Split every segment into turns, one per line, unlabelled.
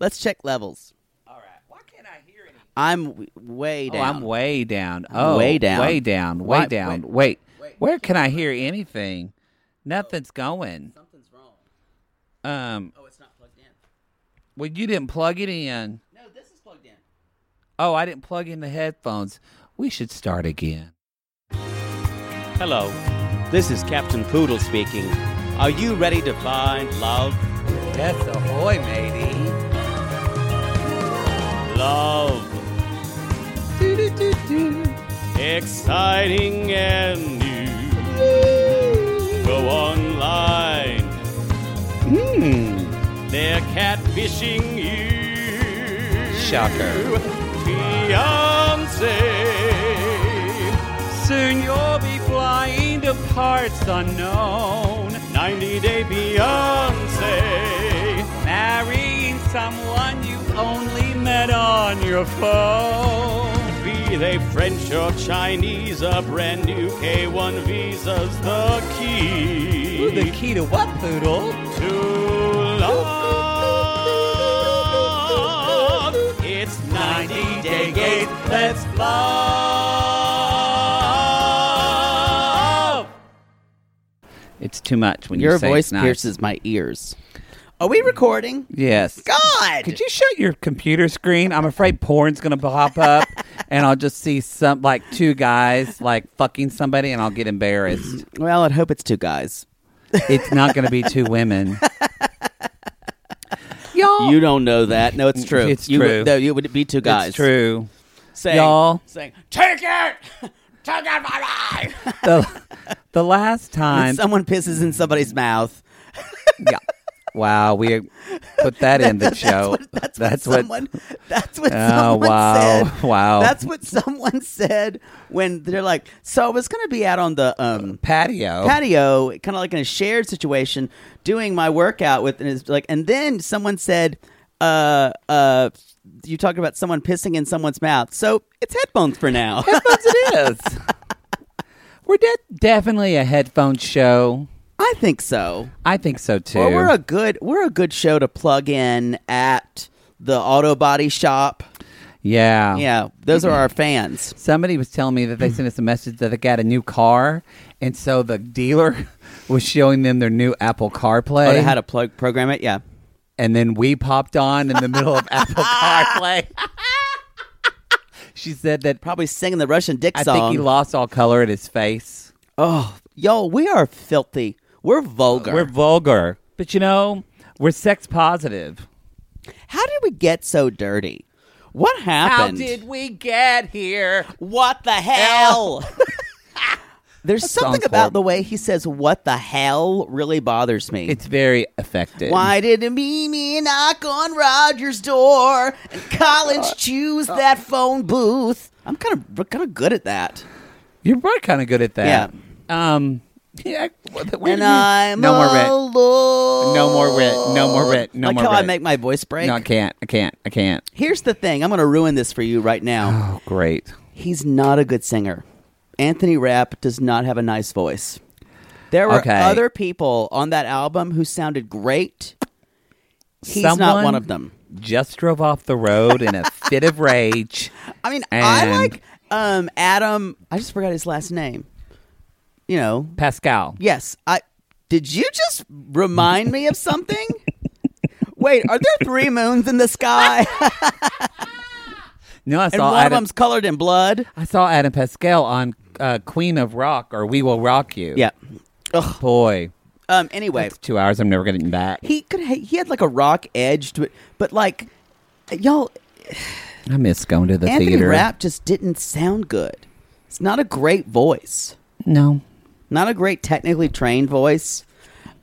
Let's check levels. All right. Why can't I hear any? I'm w- way
Oh,
down.
I'm way down.
I'm
Oh,
way down.
Way down. Way
Why-
down.
wait,
Wait, Where can I hear anything? Nothing's going.
Something's wrong.
Um.
Oh, it's not plugged in.
Well, you didn't plug it in.
No, this is plugged in.
Oh, I didn't plug in the headphones. We should start again.
Hello, this is Captain Poodle speaking. Are you ready to find love?
That's a hoy, matey.
Love. Exciting and new. Go online. Hmm. They're catfishing you.
Shocker.
Fiance. Soon you'll be flying to parts unknown. 90 Day Beyonce. Marrying someone you only met on your phone.
Oh,
Be they French or Chinese, a brand new K1 visa's the key.
Ooh, the key to what, poodle?
To love. It's 90 Day Gate. Let's love.
It's too much when
Your
you say
voice
it's not.
pierces my ears. Are we recording?
Yes.
God!
Could you shut your computer screen? I'm afraid porn's gonna pop up, and I'll just see some like two guys like fucking somebody, and I'll get embarrassed.
Well, I'd hope it's two guys.
It's not gonna be two women. Y'all,
You don't know that. No, it's true.
Mm, It's
you,
true.
No, it would be two guys.
it's true.
Saying,
Y'all.
saying, take it, take it, my life.
The, the last
When
time,
someone pisses in somebody's mouth.
yeah. Wow, we put that in the show.
That's, what someone. That's what someone
Oh, wow,
said.
wow.
That's what someone said when they're like, "So I was going to be out on the um,
patio.
patio, kind of like in a shared situation, doing my workout with, and it's like, and then someone said, uh, uh, you talked about someone pissing in someone's mouth, so it's headphones for now.
Headphones it is. We're de- definitely a headphone show.
I think so.
I think so too.
Well, we're a good, we're a good show to plug in at the auto body shop.
yeah.
Yeah, those
Mm-hmm.
are our fans.
Somebody was telling me that they sent us a message that they got a new car, and so the dealer was showing them their new Apple CarPlay,
Oh, they had to plug program it. Yeah,
and then we popped on in the middle of Apple CarPlay. she said that
probably singing the Russian dick
I
song.
think he lost all color in his face.
oh, yo, we are filthy. We're vulgar.
We're vulgar, but you know we're sex positive.
How did we get so dirty? What happened?
we get here?
What the hell? There's something
sounds
about
horrible.
the way he says "what the hell" really bothers me.
It's very effective.
why did Mimi knock on Roger's door and
Uh,
Collins choose that phone booth? I'm kind of kind of good at that.
You're kind of good at that. Yeah. Um. Yeah. where
and
do you-
I'm
no more
a
red.
Lord.
No more wit. No more wit. No
like
more
how I
wit.
make my voice break.
No, I can't. I can't. I can't.
Here's the thing. I'm going to ruin this for you right now.
Oh, great.
he's not a good singer. Anthony Rapp does not have a nice voice. There were
Okay.
other people on that album who sounded great. He's not one of them.
Just drove off the road in a fit of rage.
I mean, I
And-
like um, Adam. I just forgot his last name. You know,
Pascal.
yes, I Did you just remind me of something? Wait, are there three moons in the sky?
No, I
and
saw
one of
Adam.
them's colored in blood.
I saw Adam Pascal on uh, Queen of Rock or We Will Rock You.
Yeah.
boy,
Um. Anyway,
it's two hours. I'm never getting back.
he could. ha- He had like a rock edge to it, but like, y'all,
I miss going to the
Anthony
theater.
Rapp just didn't sound good. It's not a great voice.
No,
Not a great technically trained voice.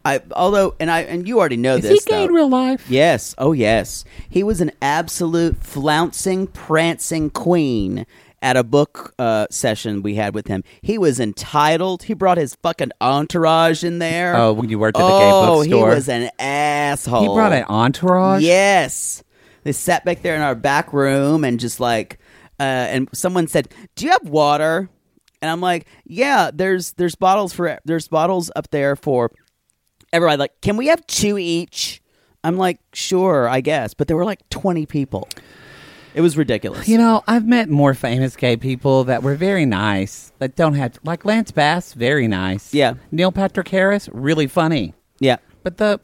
I although and I and you already know
is
this.
he gay
though.
in real life?
Yes. Oh, yes. He was an absolute flouncing, prancing queen at a book uh, session we had with him. He was entitled. He brought his fucking entourage in there.
Oh, when you worked at the gay
Oh,
bookstore.
he was an asshole.
He brought an entourage.
Yes. They sat back there in our back room and just like, uh, and someone said, "Do you have water?" And I'm like, "Yeah, there's there's bottles for there's bottles up there for everybody." Like, can we have two each? I'm like, sure, I guess. But there were like 20 people. It was ridiculous.
You know, I've met more famous gay people that were very nice, that don't have, like Lance Bass, very nice.
Yeah.
Neil Patrick Harris, really funny.
yeah.
But the,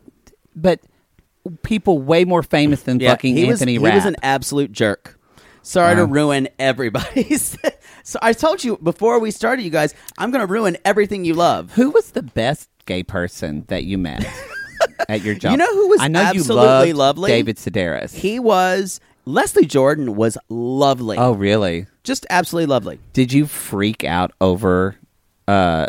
but people way more famous than
Yeah,
fucking
he was-
Anthony
He was
Rapp.
an absolute jerk. Sorry to ruin everybody's. so I told you before we started, you guys, I'm going to ruin everything you love.
Who was the best gay person that you met at your job?
You know who was
I know
absolutely
you loved
lovely?
David Sedaris.
He was Leslie Jordan was lovely,
oh, really?
just absolutely lovely.
Did you freak out over uh,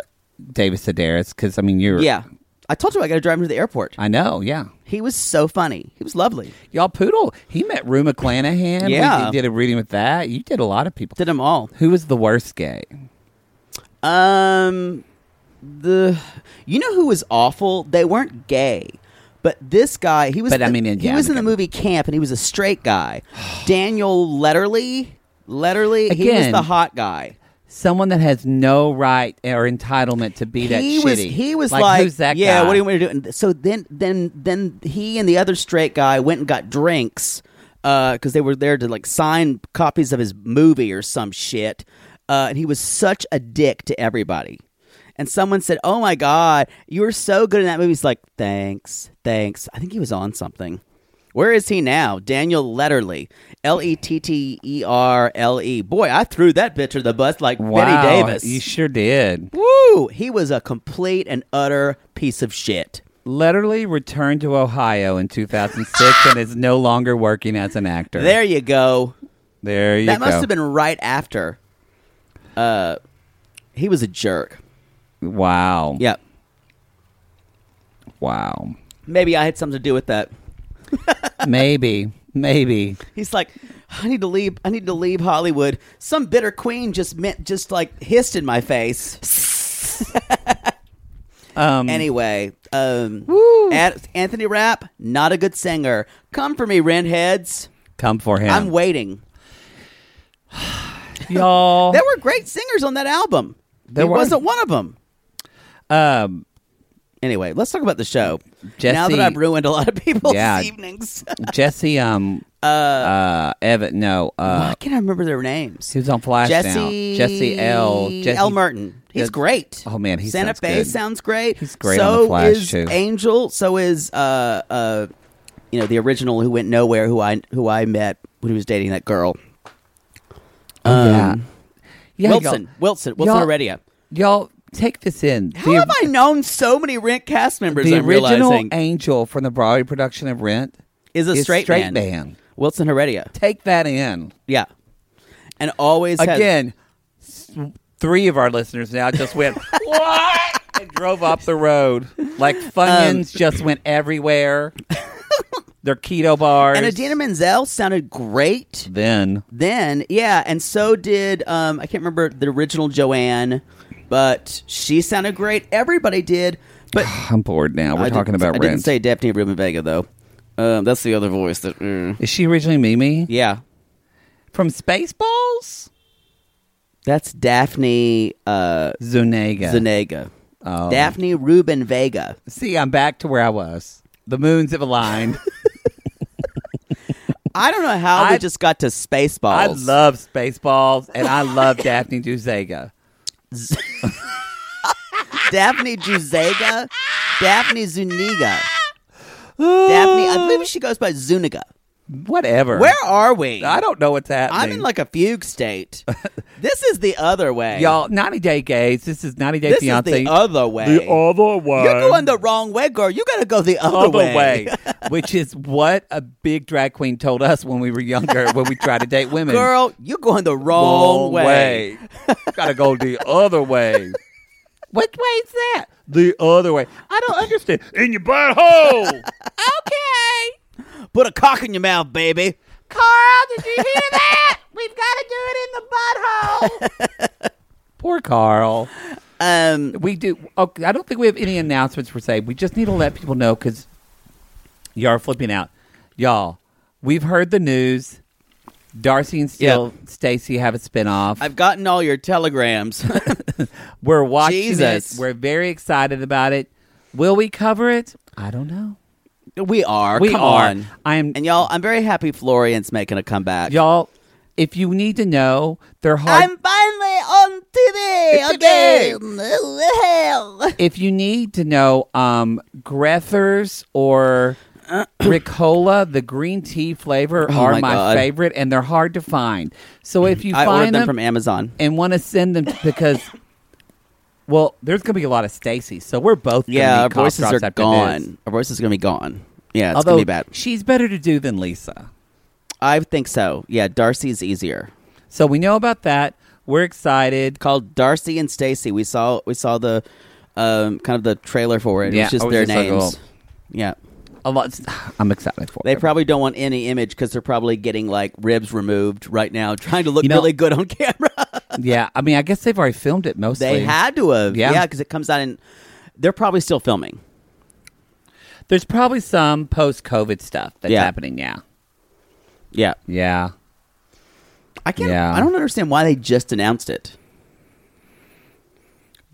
David Sedaris? Because I mean, you're
Yeah, I told you I got to drive him to the airport.
I know. Yeah.
He was so funny. He was lovely.
Y'all poodle. He met Rue McClanahan. We
Yeah.
did a reading with that. You did a lot of people.
Did them all.
Who was the worst gay?
Um, the you know who was awful? They weren't gay, but this guy he was.
But, I
the-
mean, yeah,
he was in the
okay.
movie Camp, and he was a straight guy. Daniel Letterly, Letterly, he was
Again,
the hot guy.
Someone that has no right or entitlement to be that
he
shitty.
was he was like,
who's that
yeah
guy?
what do you want to do and so then then then he and the other straight guy went and got drinks because they were there to like sign copies of his movie or some shit uh, and he was such a dick to everybody and someone said oh my god you were so good in that movie he's like thanks thanks i think he was on something where is he now? Daniel Letterly. L E T T E R L E. Boy, I threw that bitch to the bus like
Wow,
Betty Davis.
You sure did.
Woo! He was a complete and utter piece of shit.
Letterly returned to Ohio in 2006 and is no longer working as an actor.
There you go.
there you
that
go.
must have been right after. Uh, he was a jerk.
wow.
Yeah,
Wow.
maybe I had something to do with that.
maybe. Maybe.
He's like, I need to leave. I need to leave Hollywood. Some bitter queen just meant, just like hissed in my face.
Um,
Anyway, um, Ad- Anthony Rapp, not a good singer. Come for me, Rentheads.
come for him,
I'm waiting.
y'all.
There were great singers on that album.
There
he
were.
wasn't one of them.
um,
Anyway, let's talk about the show. now
Jesse-
that I've ruined a lot of people's
Yeah. Uh,
evenings,
Jesse, um, uh, Evan, no, uh,
I can't remember their names.
he was on Flash
Jesse,
now. Jesse L. Jesse
L. Merton. He's
Yes.
great.
Oh, man, he
Santa
sounds
Fe
good.
sounds great.
He's great
So
on The Flash,
is
too.
Angel. So is uh uh, you know the original who went nowhere who I who I met when he was dating that girl.
Oh, yeah. yeah,
Wilson,
y'all-
Wilson, Wilson
y'all-
Heredia.
Y'all take this in.
How have I known so many Rent cast members?
The
I'm
original
realizing
Angel from the Broadway production of Rent
is a straight,
straight man.
Wilson Heredia.
Take that in
Yeah, and always has-
again. s- Three of our listeners now just went what and drove up the road like Funyuns
Um,
just went everywhere. Their keto bars
And Adina Menzel sounded great
Then
then. Yeah, and so did um, I can't remember the original Joanne, but she sounded great. Everybody did, but
I'm bored now. We're
I
talking
didn't-
about
I
Rent.
didn't say Daphne Rubin Vega though. Um, that's the other voice that. mm.
Is she originally Mimi?
Yeah,
From Spaceballs?
that's Daphne uh,
Zuniga.
Zuniga.
Oh.
Daphne Rubin Vega.
See, I'm back to where I was. The moons have aligned.
I don't know how we
I-
just got to Spaceballs.
I love Spaceballs, and I love Daphne Duzega.
Daphne Juzega Daphne Zuniga. Daphne, I believe she goes by Zuniga.
Whatever.
Where are we?
I don't know what's happening.
I'm in like a fugue state. this is the other way.
y'all 90 Day Gays. This is 90 Day
this
Fiance.
is the other way.
other way.
You're going the wrong way, girl. You gotta go the other,
other way, which is what a big drag queen told us when we were younger when we tried to date women.
Girl, you're going the wrong,
Wrong Gotta go the other way. What way is that? The other way. I don't understand. In your butthole. okay.
Put a cock in your mouth, baby.
Carl, did you hear that? We've got to do it in the butthole. Poor Carl.
Um,
We do. Okay, I don't think we have any announcements per se. We just need to let people know because y'all are flipping out. Y'all, we've heard the news. Darcy and Steele, Stacy have a spinoff.
I've gotten all your telegrams.
We're watching
Jesus.
it. We're very excited about it. Will we cover it? I don't know.
we are.
We
come
are.
on.
I am-
And y'all, I'm very happy Florian's making a comeback.
Y'all, if you need to know, they're hard.
I'm finally on TV
Today.
again. Well.
if you need to know um Grethers or Ricola, the green tea flavor are
Uh-huh. Oh my
my,
God.
favorite and they're hard to find. So if you
I
find
ordered them from Amazon.
and want to send them because well, there's going to be a lot of Stacy, so we're both gonna
Yeah,
need
our
cough
voices
drops
are
after
gone.
this.
Our voices are gonna be gone. Yeah, it's
Although
gonna be bad.
she's better to do than Lisa.
I think so. Yeah, Darcy's easier.
So we know about that. We're excited.
Called Darcy and Stacy. We saw we saw the um, kind of the trailer for it.
Yeah,
it's just
I was
their
just like,
names.
oh.
yeah.
A lot. I'm excited for
They
it.
probably don't want any image because they're probably getting like ribs removed right now, trying to look
You know-
really good on camera.
yeah, I mean, I guess they've already filmed it mostly.
they had to have,
Yeah.
yeah, because it comes out in. They're probably still filming.
There's probably some post-COVID stuff that's
Yeah.
happening now.
Yeah,
Yeah.
I can't.
Yeah.
I don't understand why they just announced it.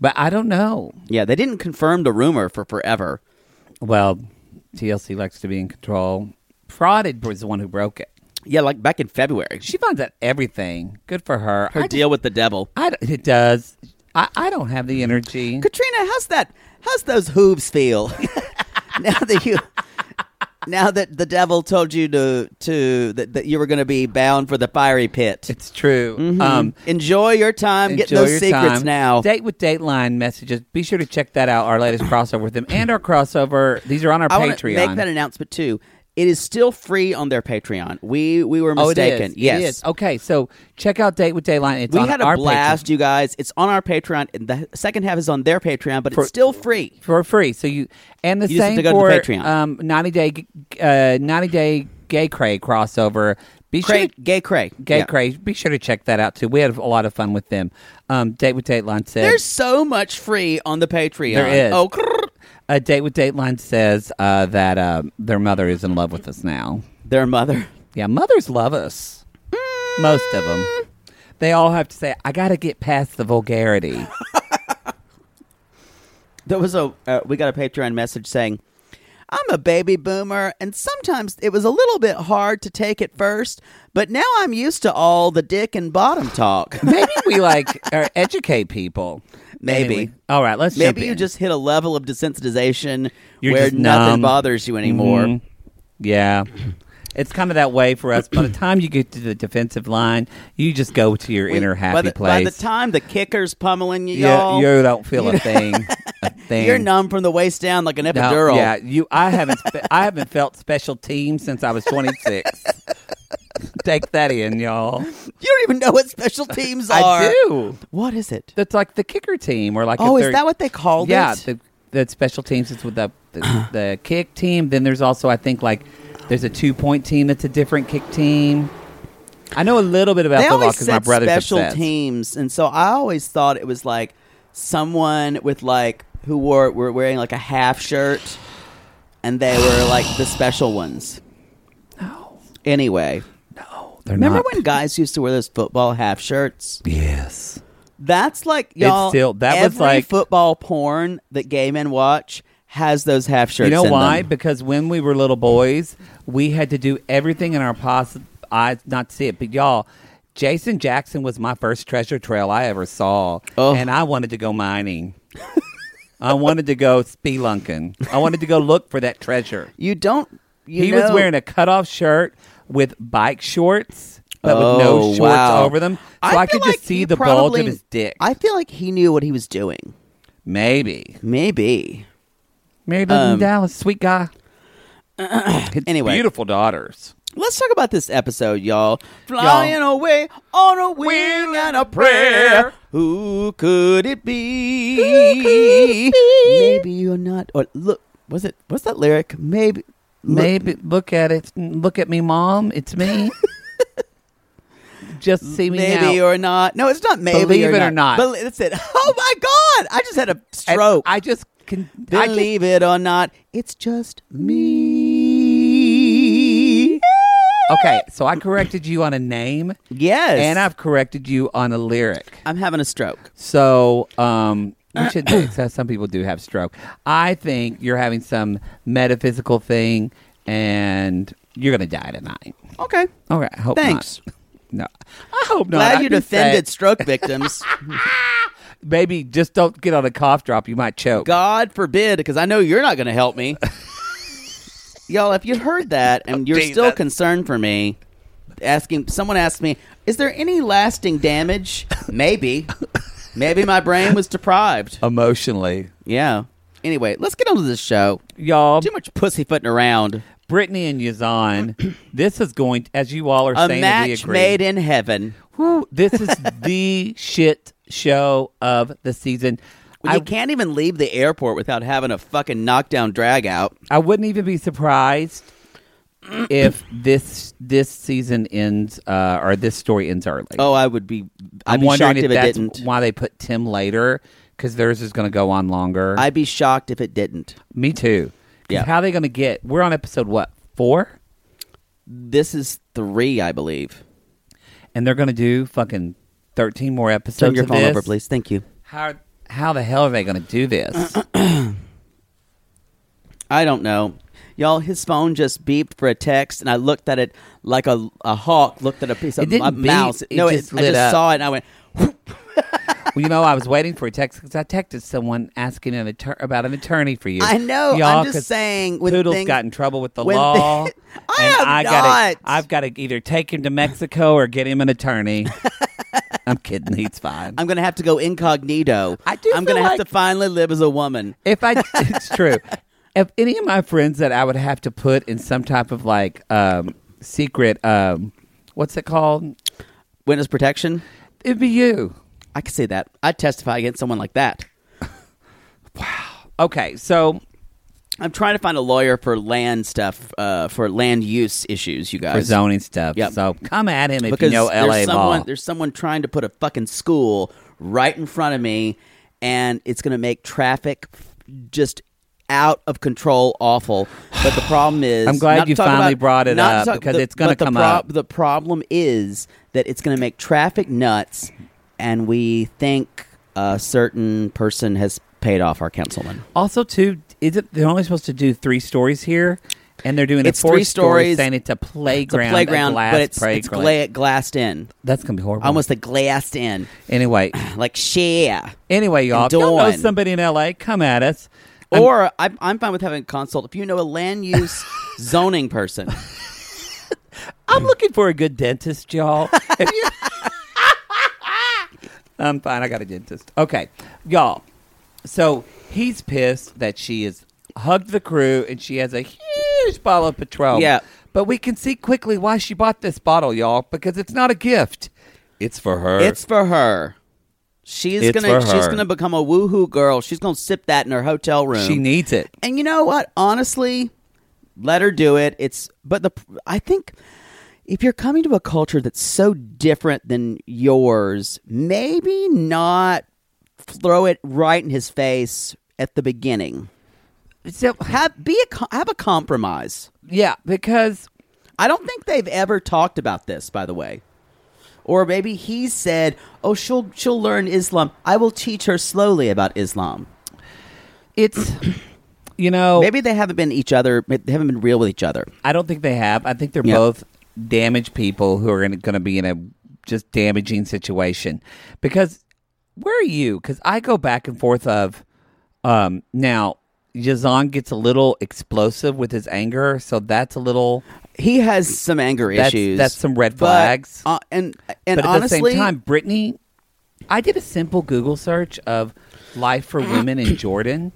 But I don't know.
Yeah, they didn't confirm the rumor for forever.
Well, TLC likes to be in control. Frauded was the one who broke it.
Yeah, like back in February,
She finds out everything. Good for her.
her
I
deal with the devil.
I d it does. I, I don't have the energy.
Katrina, how's that? How's those hooves feel now that you? Now that the devil told you to to that, that you were going to be bound for the fiery pit.
It's true. Um,
Enjoy your time. Mm-hmm. Get
enjoy
those
your
secrets
time.
now.
Date with Dateline messages. Be sure to check that out. Our latest crossover with them and our crossover. These are on our
I want to
Patreon.
make that announcement too. It is still free on their Patreon. We we were
Oh, it is.
mistaken.
It
Yes.
is. Okay, so check out Date with Dateline. It's
We
on
had a
our
blast,
Patreon
you guys. It's on our Patreon, and the second half is on their Patreon, but
For-
it's still free.
for free. So you and the
You just have
same
to go to
for
Patreon.
um 90 day g- uh 90 day gay cray crossover. Be sure
Cray,
to-
gay Cray,
Gay
Yeah.
Cray. Be sure to check that out too. We had a lot of fun with them. Um, Date with Dateline said
There's so much free on the Patreon.
There is.
Oh, crrr.
a uh, date with Dateline says uh, that uh, their mother is in love with us now.
their mother.
Yeah, mothers love us.
Mm.
Most of them. They all have to say, "I got to get past the vulgarity."
There was a uh, we got a Patreon message saying, "I'm a baby boomer, and sometimes it was a little bit hard to take at first, but now I'm used to all the dick and bottom talk.
Maybe we like or educate people.
Maybe.
Anyway, all right, let's jump
Maybe you
in.
just hit a level of desensitization
You're
where
just
nothing
numb.
bothers you anymore.
Mhm. Yeah. It's kind of that way for us. By the time you get to the defensive line, you just go to your inner happy
by the,
place.
By the time the kicker's pummeling you,
you,
y'all,
you don't feel a thing. A thing.
you're numb from the waist down like an
No,
epidural.
yeah, you. I haven't. Spe- I haven't felt special team since I was 26. Take that in, y'all.
You don't even know what special teams are.
I do.
What is it?
That's like the kicker team, or like.
Oh,
if
is
they're-
that what they called
yeah,
it?
the, the special teams is with the, the the kick team. Then there's also, I think, like there's a two point team that's a different kick team. I know a little bit about
they
football
always
because my
said
brother's
special
obsessed.
teams, and so I always thought it was like someone with like who wore were wearing like a half shirt, and they were like the special ones. No. Anyway,
They're
remember
not-
when guys used to wear those football half shirts?
Yes.
That's like y'all.
still- that was
every
like-
football porn that gay men watch has those half shirts.
You know
in
why?
them.
Because when we were little boys, we had to do everything in our pos- eyes not to see it. But y'all, Jason Jackson was my first treasure trail I ever saw,
Oh.
and I wanted to go mining. I wanted to go spelunking. I wanted to go look for that treasure.
You don't. You
he was
know-
wearing a cutoff shirt with bike shorts, but with no
Oh,
shorts
wow.
over them, so I,
I
could
feel
just
like
see
he
the bulge
probably-
of his dick.
I feel like he knew what he was doing.
Maybe Um,
Maybe.
married in Dallas, sweet guy. His
Anyway.
beautiful daughters.
Let's talk about this episode, y'all. Flying away on a wing and a prayer. Who could it be? Maybe you're not. Or look, was it? What's that lyric? Maybe. look-
Maybe look at it. Look at me, mom. It's me. just see me
Maybe
now.
or not. No, it's not maybe
Believe
or
it or
not.
not.
Bel- that's it. Oh my God! I just had a
And
stroke.
I just can. I just
Believe it or not, it's just me.
Okay, so I corrected you on a name,
Yes.
and I've corrected you on a lyric.
I'm having a stroke.
So, um, we should so some people do have stroke. I think you're having some metaphysical thing, and you're gonna die tonight.
Okay.
All right, I hope not.
Thanks.
No, I hope not.
Glad
I
you
just
defended
said,
stroke victims.
Baby, just don't get on a cough drop. You might choke.
God forbid, because I know you're not going to help me. Y'all, if you heard that and you're still concerned for me, asking someone asked me, "Is there any lasting damage?" Maybe, maybe my brain was deprived.
Um, Emotionally,
Yeah. Anyway, let's get on to this show.
y'all.
Too much pussyfooting around.
Brittany and Yazan. this is going as you all are
A
saying. and we
match
agree.
made in heaven.
Whew, this is the shit show of the season.
You
I,
can't even leave the airport without having a fucking knockdown drag out.
I wouldn't even be surprised if this this season ends uh, or this story ends early.
Oh, I would be. I'd
I'm
be
wondering
shocked
if
if it
that's
didn't.
why they put Tim later because theirs is going to go on longer.
I'd be shocked if it didn't.
Me too. 'Cause
Yeah.
How are they going to get? We're on episode what four,
This is three, I believe.
and they're going to do fucking thirteen more episodes.
Turn your
of
phone
this.
over, please. Thank you.
How how the hell are they going to do this?
I don't know. Y'all, his phone just beeped for a text, and I looked at it like a, a hawk looked at a piece of
didn't
a
beep,
mouse.
it
no,
just
I
lit
just
up.
saw it, and I went,
Well, you know, I was waiting for a text because I texted someone asking an attor- about an attorney for you.
I know, I'm
Y'all,
just
'cause
saying when
Poodle's
things-
got in trouble with the
when
law.
thi- I
and
have
I Gotta,
not.
I've got to either take him to Mexico or get him an attorney. I'm kidding. He's fine.
I'm going to have to go incognito.
I do
I'm
feel
going to
like-
have to finally live as a woman.
if I, it's true. If any of my friends that I would have to put in some type of like um, secret, um, what's it called?
Witness protection?
It'd be you.
I can see that. I'd testify against someone like that.
Okay, so
I'm trying to find a lawyer for land stuff, uh, for land use issues, you
for
guys.
zoning stuff.
Yep.
So come at him if
because
you know LA
there's someone
law.
there's someone trying to put a fucking school right in front of me and it's going to make traffic just out of control awful but the problem is
I'm glad
not to
you
talk
finally
about-
brought it
not to
up because it's gonna
but the
come up.
the problem is that it's going to make traffic nuts and we think a certain person has paid off our councilman
Also, too, is it they're only supposed to do three stories here, and they're doing
It's
a fourth
three
story
stories.
saying it's a
it's a
playground,
playground
a glass Oh.
but it's,
playground.
it's gla- glassed in
That's gonna be horrible.
almost a glassed in
anyway.
like share
Anyway, y'all, if
And
y'all know
Dawn.
somebody in LA, come at us. I'm-
Or I, I'm fine with having a consult if you know a land use zoning person.
I'm looking for a good dentist, y'all. If you- I'm fine. I got a dentist. Okay, y'all. So he's pissed that she has hugged the crew and she has a huge bottle of Patron.
Yeah.
But we can see quickly why she bought this bottle, y'all, because it's not a gift. It's for her.
It's for her. She's
It's
gonna
for
she's
her.
gonna become a woohoo girl. She's gonna sip that in her hotel room.
She needs it.
And you know what? Honestly, let her do it. It's but the I think if you're coming to a culture that's so different than yours, maybe not throw it right in his face at the beginning.
So,
Have be a co- have a compromise.
yeah, because
I don't think they've ever talked about this, by the way. Or maybe he said, "Oh, she'll she'll learn Islam. I will teach her slowly about Islam."
it's, you know,
Maybe they haven't been each other. They haven't been real with each other.
I don't think they have. I think they're
Yeah.
both damaged people who are going to be in a just damaging situation because where are you? Because I go back and forth of Um, now, Yazan gets a little explosive with his anger, so that's a little.
He has some anger
That's-
issues.
that's some red
But,
flags.
uh, and and
but at
honestly,
the same time, Brittany, I did a simple Google search of life for women in Jordan.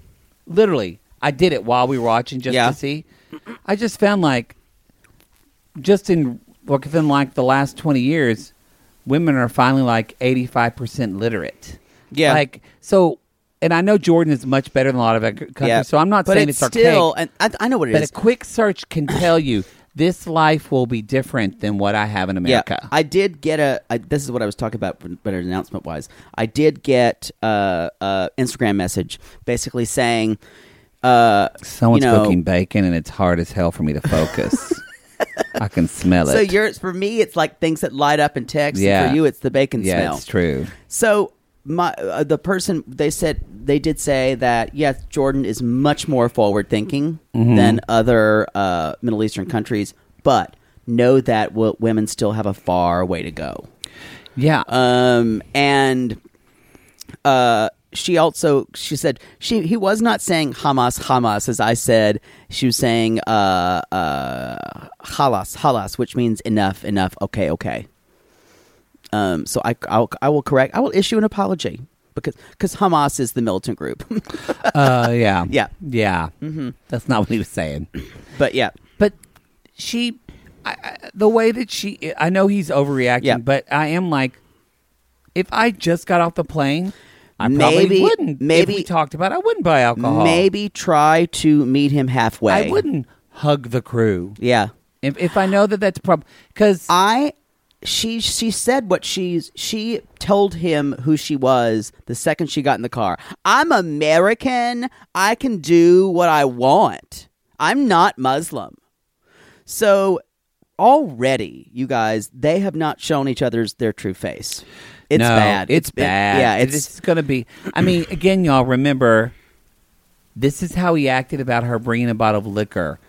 Literally, I did it while we were watching just
Yeah.
to see. I just found like, just in well, within like the last twenty years, women are finally like eighty five percent literate.
Yeah.
like so. And I know Jordan is much better than a lot of other countries,
yeah.
so I'm not
but
saying
it's,
it's,
still.
archaic.
And I, I know what it
But
is.
a quick search can tell you this life will be different than what I have in America.
Yeah, I did get a. I, this is what I was talking about, but announcement wise, I did get uh, uh, Instagram message basically saying, uh,
Someone's
you know,
cooking bacon, and it's hard as hell for me to focus. I can smell it.
So yours for me, it's like things that light up in text. and
Yeah.
for you, it's the bacon
yeah,
smell.
it's true.
So my uh, the person they said they did say that yes, Jordan is much more forward thinking
Mm-hmm.
than other uh, Middle Eastern countries, but know that w- women still have a far way to go.
Yeah,
Um, and uh, she also she said she he was not saying Hamas Hamas as I said. She was saying uh, uh, halas halas, which means enough enough. Okay okay. Um, so I I'll, I will correct. I will issue an apology because because Hamas is the militant group.
uh, yeah,
Yeah.
yeah. Mm-hmm. That's not what he was saying.
but yeah,
But she, I, I, the way that she, I know he's overreacting,
Yeah.
but I am like, if I just got off the plane, I
Maybe-
probably wouldn't.
maybe-
if we talked about, it, I wouldn't buy alcohol.
maybe try to meet him halfway.
I wouldn't hug the crew
Yeah.
if, if I know that that's a problem. Because
I she she said what she's she told him who she was the second she got in the car. I'm American. I can do what I want. I'm not Muslim. So already, you guys, they have not shown each other's their true face. It's
No,
bad.
It's
been-
bad.
yeah, it's
it's going to be. I mean, again, y'all remember, this is how he acted about her bringing a bottle of liquor.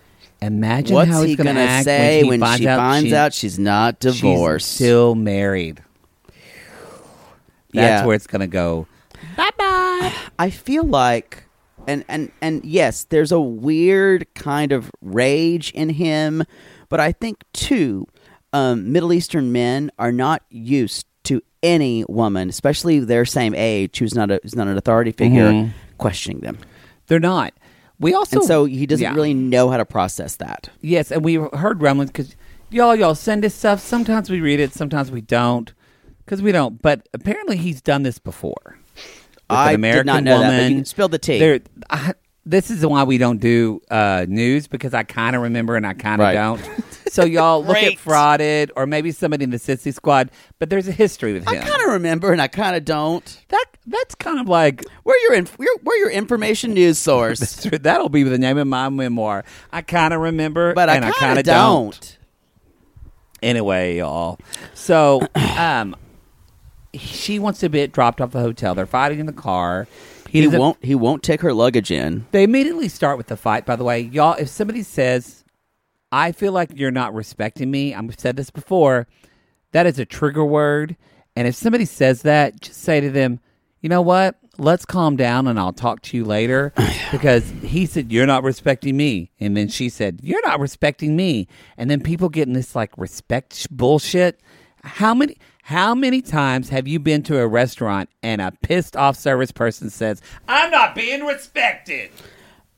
Imagine
what's
how he's
he
going to act
say when,
when, he finds
she
out
finds
she's-
out she's not
she's
divorced?
still married. That's
Yeah.
where it's going to go.
I feel like and and and yes, there's a weird kind of rage in him, but I think too um, Middle Eastern men are not used to any woman, especially their same age, who's not a, who's not an authority figure, questioning them,
They're not. We also
and so he doesn't
Yeah.
really know how to process that.
Yes, and we heard rumblings because y'all y'all send us stuff. Sometimes we read it, sometimes we don't, because we don't. But apparently, he's done this before. With
I did not know that, but you can spill the tea.
There, I, this is why we don't do uh, news because I kind of remember and I kind of
Right.
don't. So y'all look
Great.
at frauded or maybe somebody in the sissy squad. But there's a history with
I
him.
kind of remember, and I kind of don't.
that that's kind of like
We're your inf- we're, we're your information news source,
that'll be the name of my memoir. I kind of remember,
but
and
I
kind
kind of
of
don't.
anyway, y'all. So, um, she wants to be dropped off the hotel. They're fighting in the car.
He
doesn't-
won't. He won't take her luggage in.
They immediately start with the fight. By the way, y'all, if somebody says, "I feel like you're not respecting me," I've said this before. That is a trigger word, and if somebody says that, just say to them, "You know what? Let's calm down, and I'll talk to you later." because he said, "You're not respecting me," and then she said, "You're not respecting me," and then people get in this like respect sh- bullshit. How many? How many times have you been to a restaurant and a pissed off service person says, "I'm not being respected"?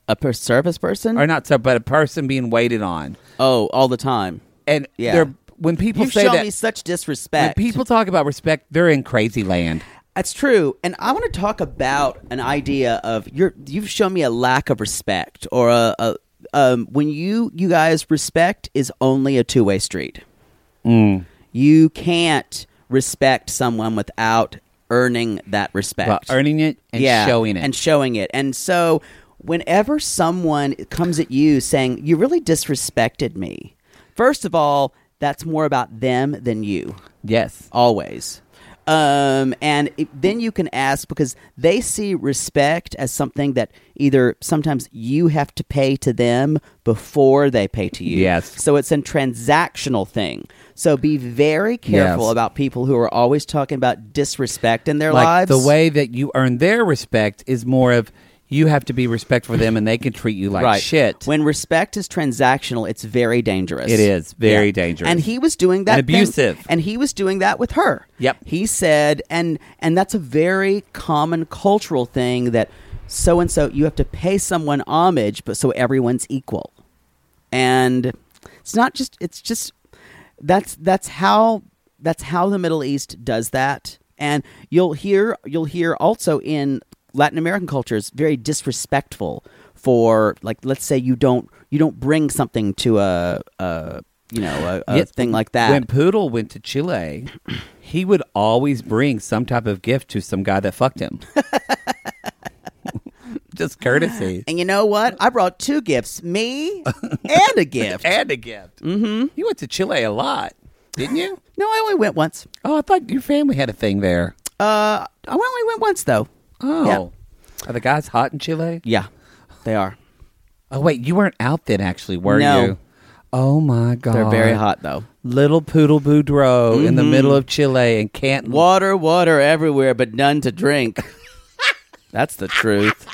A per- service person?
or not so, but a person being waited on.
Oh, all the time.
And
Yeah.
they're when people
You've
say
shown
that
me such
when
disrespect.
people talk about respect, they're in crazy land.
That's true. And I want to talk about an idea of your. You've shown me a lack of respect, or a, a um, when you you guys respect is only a two way street. You can't respect someone without earning that respect.
About earning it and
yeah,
showing it.
and showing it. And so, whenever someone comes at you saying you really disrespected me, first of all, that's more about them than you,
yes.
always. Um, and it, then you can ask because they see respect as something that either sometimes you have to pay to them before they pay to you.
Yes.
So it's a transactional thing. So be very careful
Yes.
about people who are always talking about disrespect in their
like
lives.
the way that you earn their respect is more of you have to be respectful of them, and they can treat you like shit.
When respect is transactional, it's very dangerous.
It is very dangerous.
And he was doing that
And
thing-
abusive.
and he was doing that with her.
Yep.
He said, and and that's a very common cultural thing that so and so you have to pay someone homage, but so everyone's equal. And it's not just. It's just that's that's how that's how the Middle East does that. And you'll hear you'll hear also in Latin American cultures very disrespectful for like let's say you don't you don't bring something to a, a you know a, a
Yeah,
thing like that.
When Poodle went to Chile, he would always bring some type of gift to some guy that fucked him. Just courtesy.
and you know what? I brought two gifts, me and a gift.
And a gift. Mm-hmm. You went to Chile a lot, didn't you?
No, I only went once.
oh, I thought your family had a thing there.
Uh, I only went once though.
Oh.
Yeah.
Are the guys hot in Chile?
Yeah, they are.
Oh, wait, you weren't out then, actually, were
No.
you? Oh, my God. Mm-hmm.
They're very hot though.
Little Poodle Boudreaux in the middle of Chile and can't.
Water, water everywhere, but none to drink. That's the truth.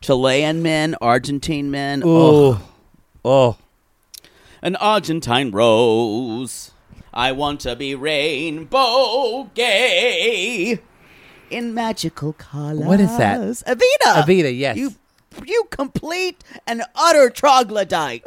Chilean men, Argentine men. Oh,
Oh. Oh.
an Argentine rose. I want to be rainbow gay in magical colors.
What is that?
Avita.
Avita, yes.
You, you complete and utter troglodyte.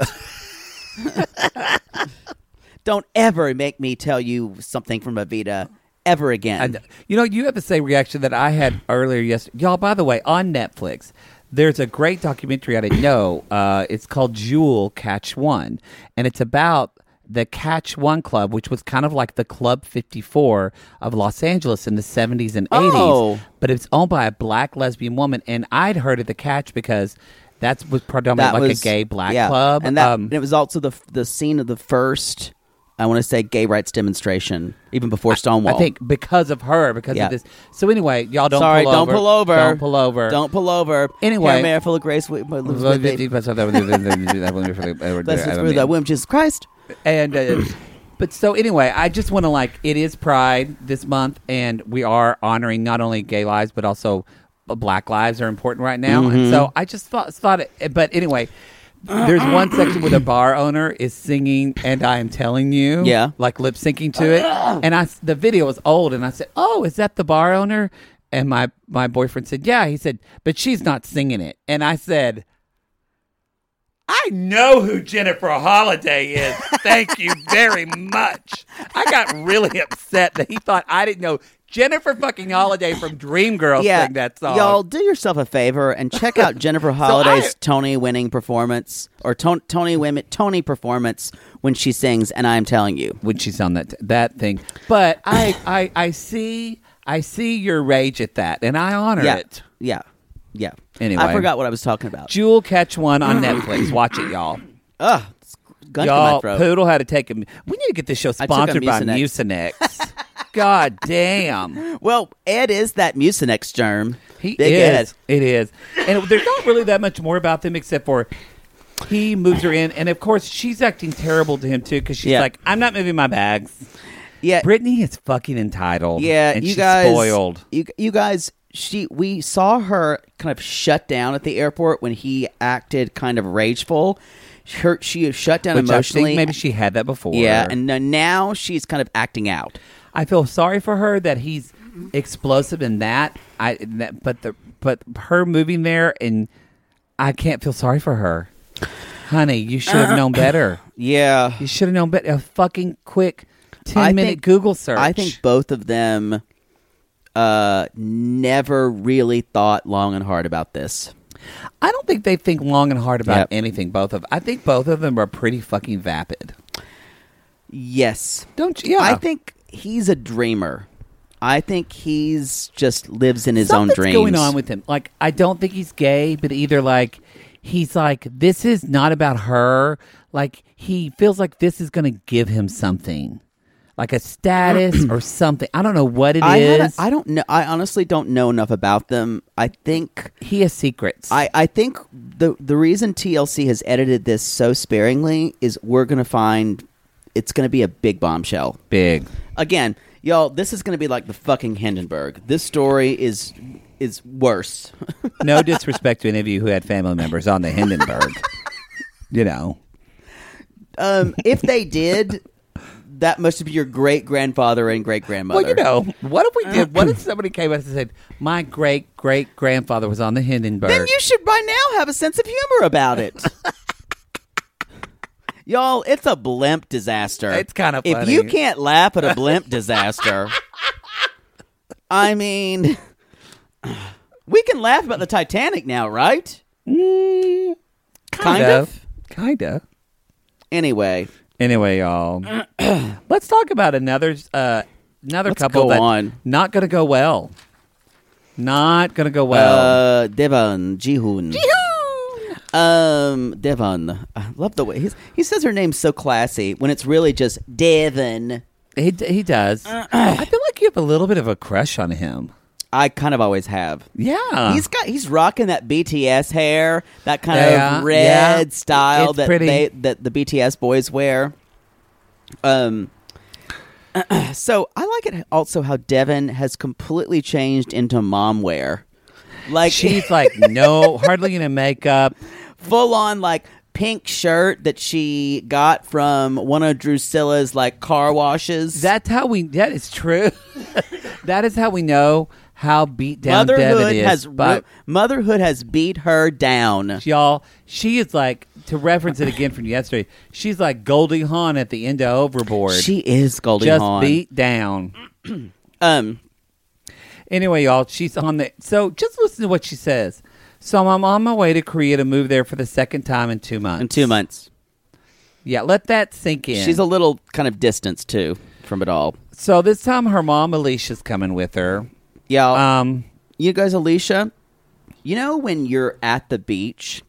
Don't ever make me tell you something from Avita ever
I
again.
know. you know, you have the same reaction that I had earlier yesterday. Y'all, by the way, on Netflix, there's a great documentary I didn't know. Uh, it's called Jewel Catch One, and it's about the Catch One Club, which was kind of like the Club 54 of Los Angeles in the 70s and 80s.
Oh.
But it's owned by a black lesbian woman, and I'd heard of the Catch because that was predominantly like a gay black
yeah.
club.
and that
Um,
and it was also the the scene of the first, I want to say, gay rights demonstration, even before Stonewall.
I think because of her, because
Yeah.
of this. So anyway, y'all don't
Sorry,
pull
don't
over.
pull over.
Don't pull over.
Don't pull over.
Anyway.
Hail Mary, full of grace. we- we-
Well,
lives
well,
with
did
thee.
you pass out that one? Did you- did you- that one before they- uh,
Blessed
I
through the
mean-
womb, of Jesus Christ.
And uh, but so anyway, I just want to like it is Pride this month, and we are honoring not only gay lives but also uh, Black lives are important right now.
Mm-hmm.
And so I just thought thought it. eh, But anyway. There's one section where the bar owner is singing, and I am telling you,
Yeah.
like lip syncing to it. And I, s- the video was old, and I said, "Oh, is that the bar owner?" And my my boyfriend said, "Yeah." He said, "But she's not singing it." And I said, I know who Jennifer Holiday is. Thank you very much. I got really upset that he thought I didn't know Jennifer fucking Holiday from Dreamgirls sang that song.
Y'all do yourself a favor and check out Jennifer Holiday's
I-
Tony winning performance or ton- Tony women Tony performance when she sings. And I'm telling you,
when she's on that that thing. But I I I see I see your rage at that, and I honor
yeah,
it.
yeah, yeah.
Anyway.
I forgot what I was talking about.
Jewel catch one on Netflix. Watch it, y'all.
Ugh, it's gun to my
Y'all,
throat.
Poodle had to take a. We need to get this show
I took a
sponsored by
Mucinex.
Mucinex. God damn.
Well, Ed is that Mucinex germ.
He
Big
is.
Ed.
It is. And there's not really that much more about them except for he moves her in. And of course, she's acting terrible to him too because she's
Yeah.
like, I'm not moving my bags.
Yeah,
Brittany is fucking entitled.
Yeah,
and
you
she's
guys
spoiled.
You you guys she we saw her kind of shut down at the airport when he acted kind of rageful. Her she is shut down
Which I
emotionally.
think maybe she had that before.
yeah, and then now she's kind of acting out.
I feel sorry for her that he's explosive in that. I in that, but the but her moving there and I can't feel sorry for her. Honey, you should have known better.
Yeah,
You should have known better. A fucking quick ten minute Google search.
I think both of them uh never really thought long and hard about this.
I don't think they think long and hard about
Yep.
anything. Both of I think both of them are pretty fucking vapid.
Yes.
Don't you? Yeah,
I think he's a dreamer. I think he's just lives in his
something's
own dreams.
going on with him. Like I don't think he's gay, but either like he's like this is not about her. Like he feels like this is going to give him something, like a status or something. I don't know what it is.
I had a- I don't know. I honestly don't know enough about them. I think
he has secrets.
I, I think the the reason TLC has edited this so sparingly is we're gonna find it's gonna be a big bombshell.
big.
Again, y'all, this is gonna be like the fucking Hindenburg. This story is is worse.
No disrespect to any of you who had family members on the Hindenburg. you know,
Um, if they did, that must be your great grandfather and great grandmother.
well, you know, what if we did? What if somebody came up and said, "My great great grandfather was on the Hindenburg"?
Then you should by now have a sense of humor about it. Y'all, it's a blimp disaster.
It's kinda
If you
funny.
can't laugh at a blimp disaster, I mean, we can laugh about the Titanic now, right?
Mm, kind,
kind
of,
of.
kind of.
Anyway,
Anyway, y'all, let's talk about another uh, another
Let's
couple
go
that
on.
not going to go well. Not going to go well.
uh, Devon Jihoon. Um, Devon. I love the way he's, he says her name's so classy when it's really just Devon.
he d- he does.
uh,
I feel like you have a little bit of a crush on him.
I kind of always have.
Yeah,
he's got he's rocking that BTS hair, that kind
Yeah,
of red
yeah.
style
It's
that
pretty.
they that the BTS boys wear. Um so I like it also how Devin has completely changed into mom wear. Like
she's like no, hardly any makeup.
full on like pink shirt that she got from one of Drusilla's like car washes.
That's how we. That is true. that is how we know how beat down
motherhood
Devin is.
has
but
motherhood has beat her down.
y'all, she is like to reference it again from yesterday. She's like Goldie Hawn at the end of Overboard.
She is Goldie
just
Hawn.
beat down.
um
Anyway, y'all, she's on the. So just listen to what she says. So I'm on my way to Korea to move there for the second time in two months.
in 2 months.
Yeah, let that sink in.
She's a little kind of distanced too from it all.
so this time her mom Alicia's coming with her.
Yeah.
Um,
you guys, Alicia, you know when you're at the beach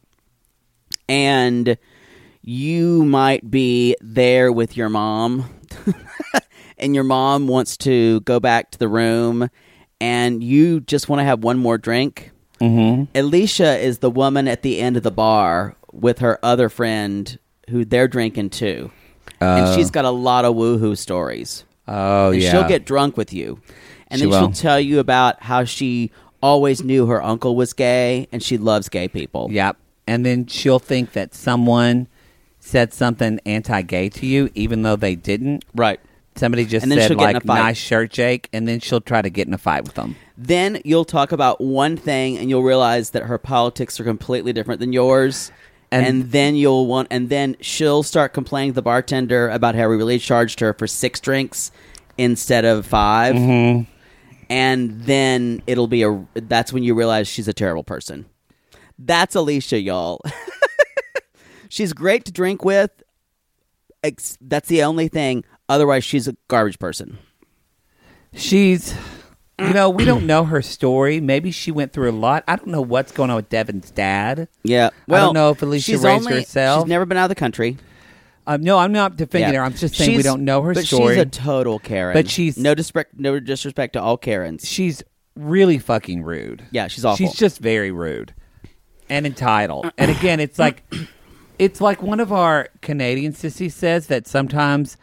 and you might be there with your mom and your mom wants to go back to the room and you just want to have one more drink? Mm-hmm. Alicia is the woman at the end of the bar with her other friend who they're drinking too. and she's got a lot of woohoo stories
oh
and
yeah,
she'll get drunk with you, and
She
then she'll
will.
tell you about how she always knew her uncle was gay and she loves gay people.
Yep. And then she'll think that someone said something anti-gay to you, even though they didn't.
right.
Somebody just
And then
said
she'll get in a
like
fight.
nice shirt, Jake, and then she'll try to get in a fight with them.
Then you'll talk about one thing, and you'll realize that her politics are completely different than yours.
And-
And, then you'll want, and then she'll start complaining to the bartender about how we really charged her for six drinks instead of 5 And then it'll be a. That's when you realize she's a terrible person. That's Alicia, y'all. she's great to drink with. Ex- that's the only thing. Otherwise, she's a garbage person.
She's, you know, we don't know her story. Maybe she went through a lot. I don't know what's going on with Devin's dad.
Yeah.
I don't know if Alicia
she's
raised
only-
herself.
She's never been out of the country.
Um, no, I'm not defending
Yeah.
her. I'm just saying we
She's-
don't know her
but
story.
She's a total Karen.
But she's-
no disrespect. No disrespect to all Karens.
she's really fucking rude.
Yeah, she's awful.
She's just very rude and entitled. And again, it's like it's like one of our Canadian sissies says that sometimes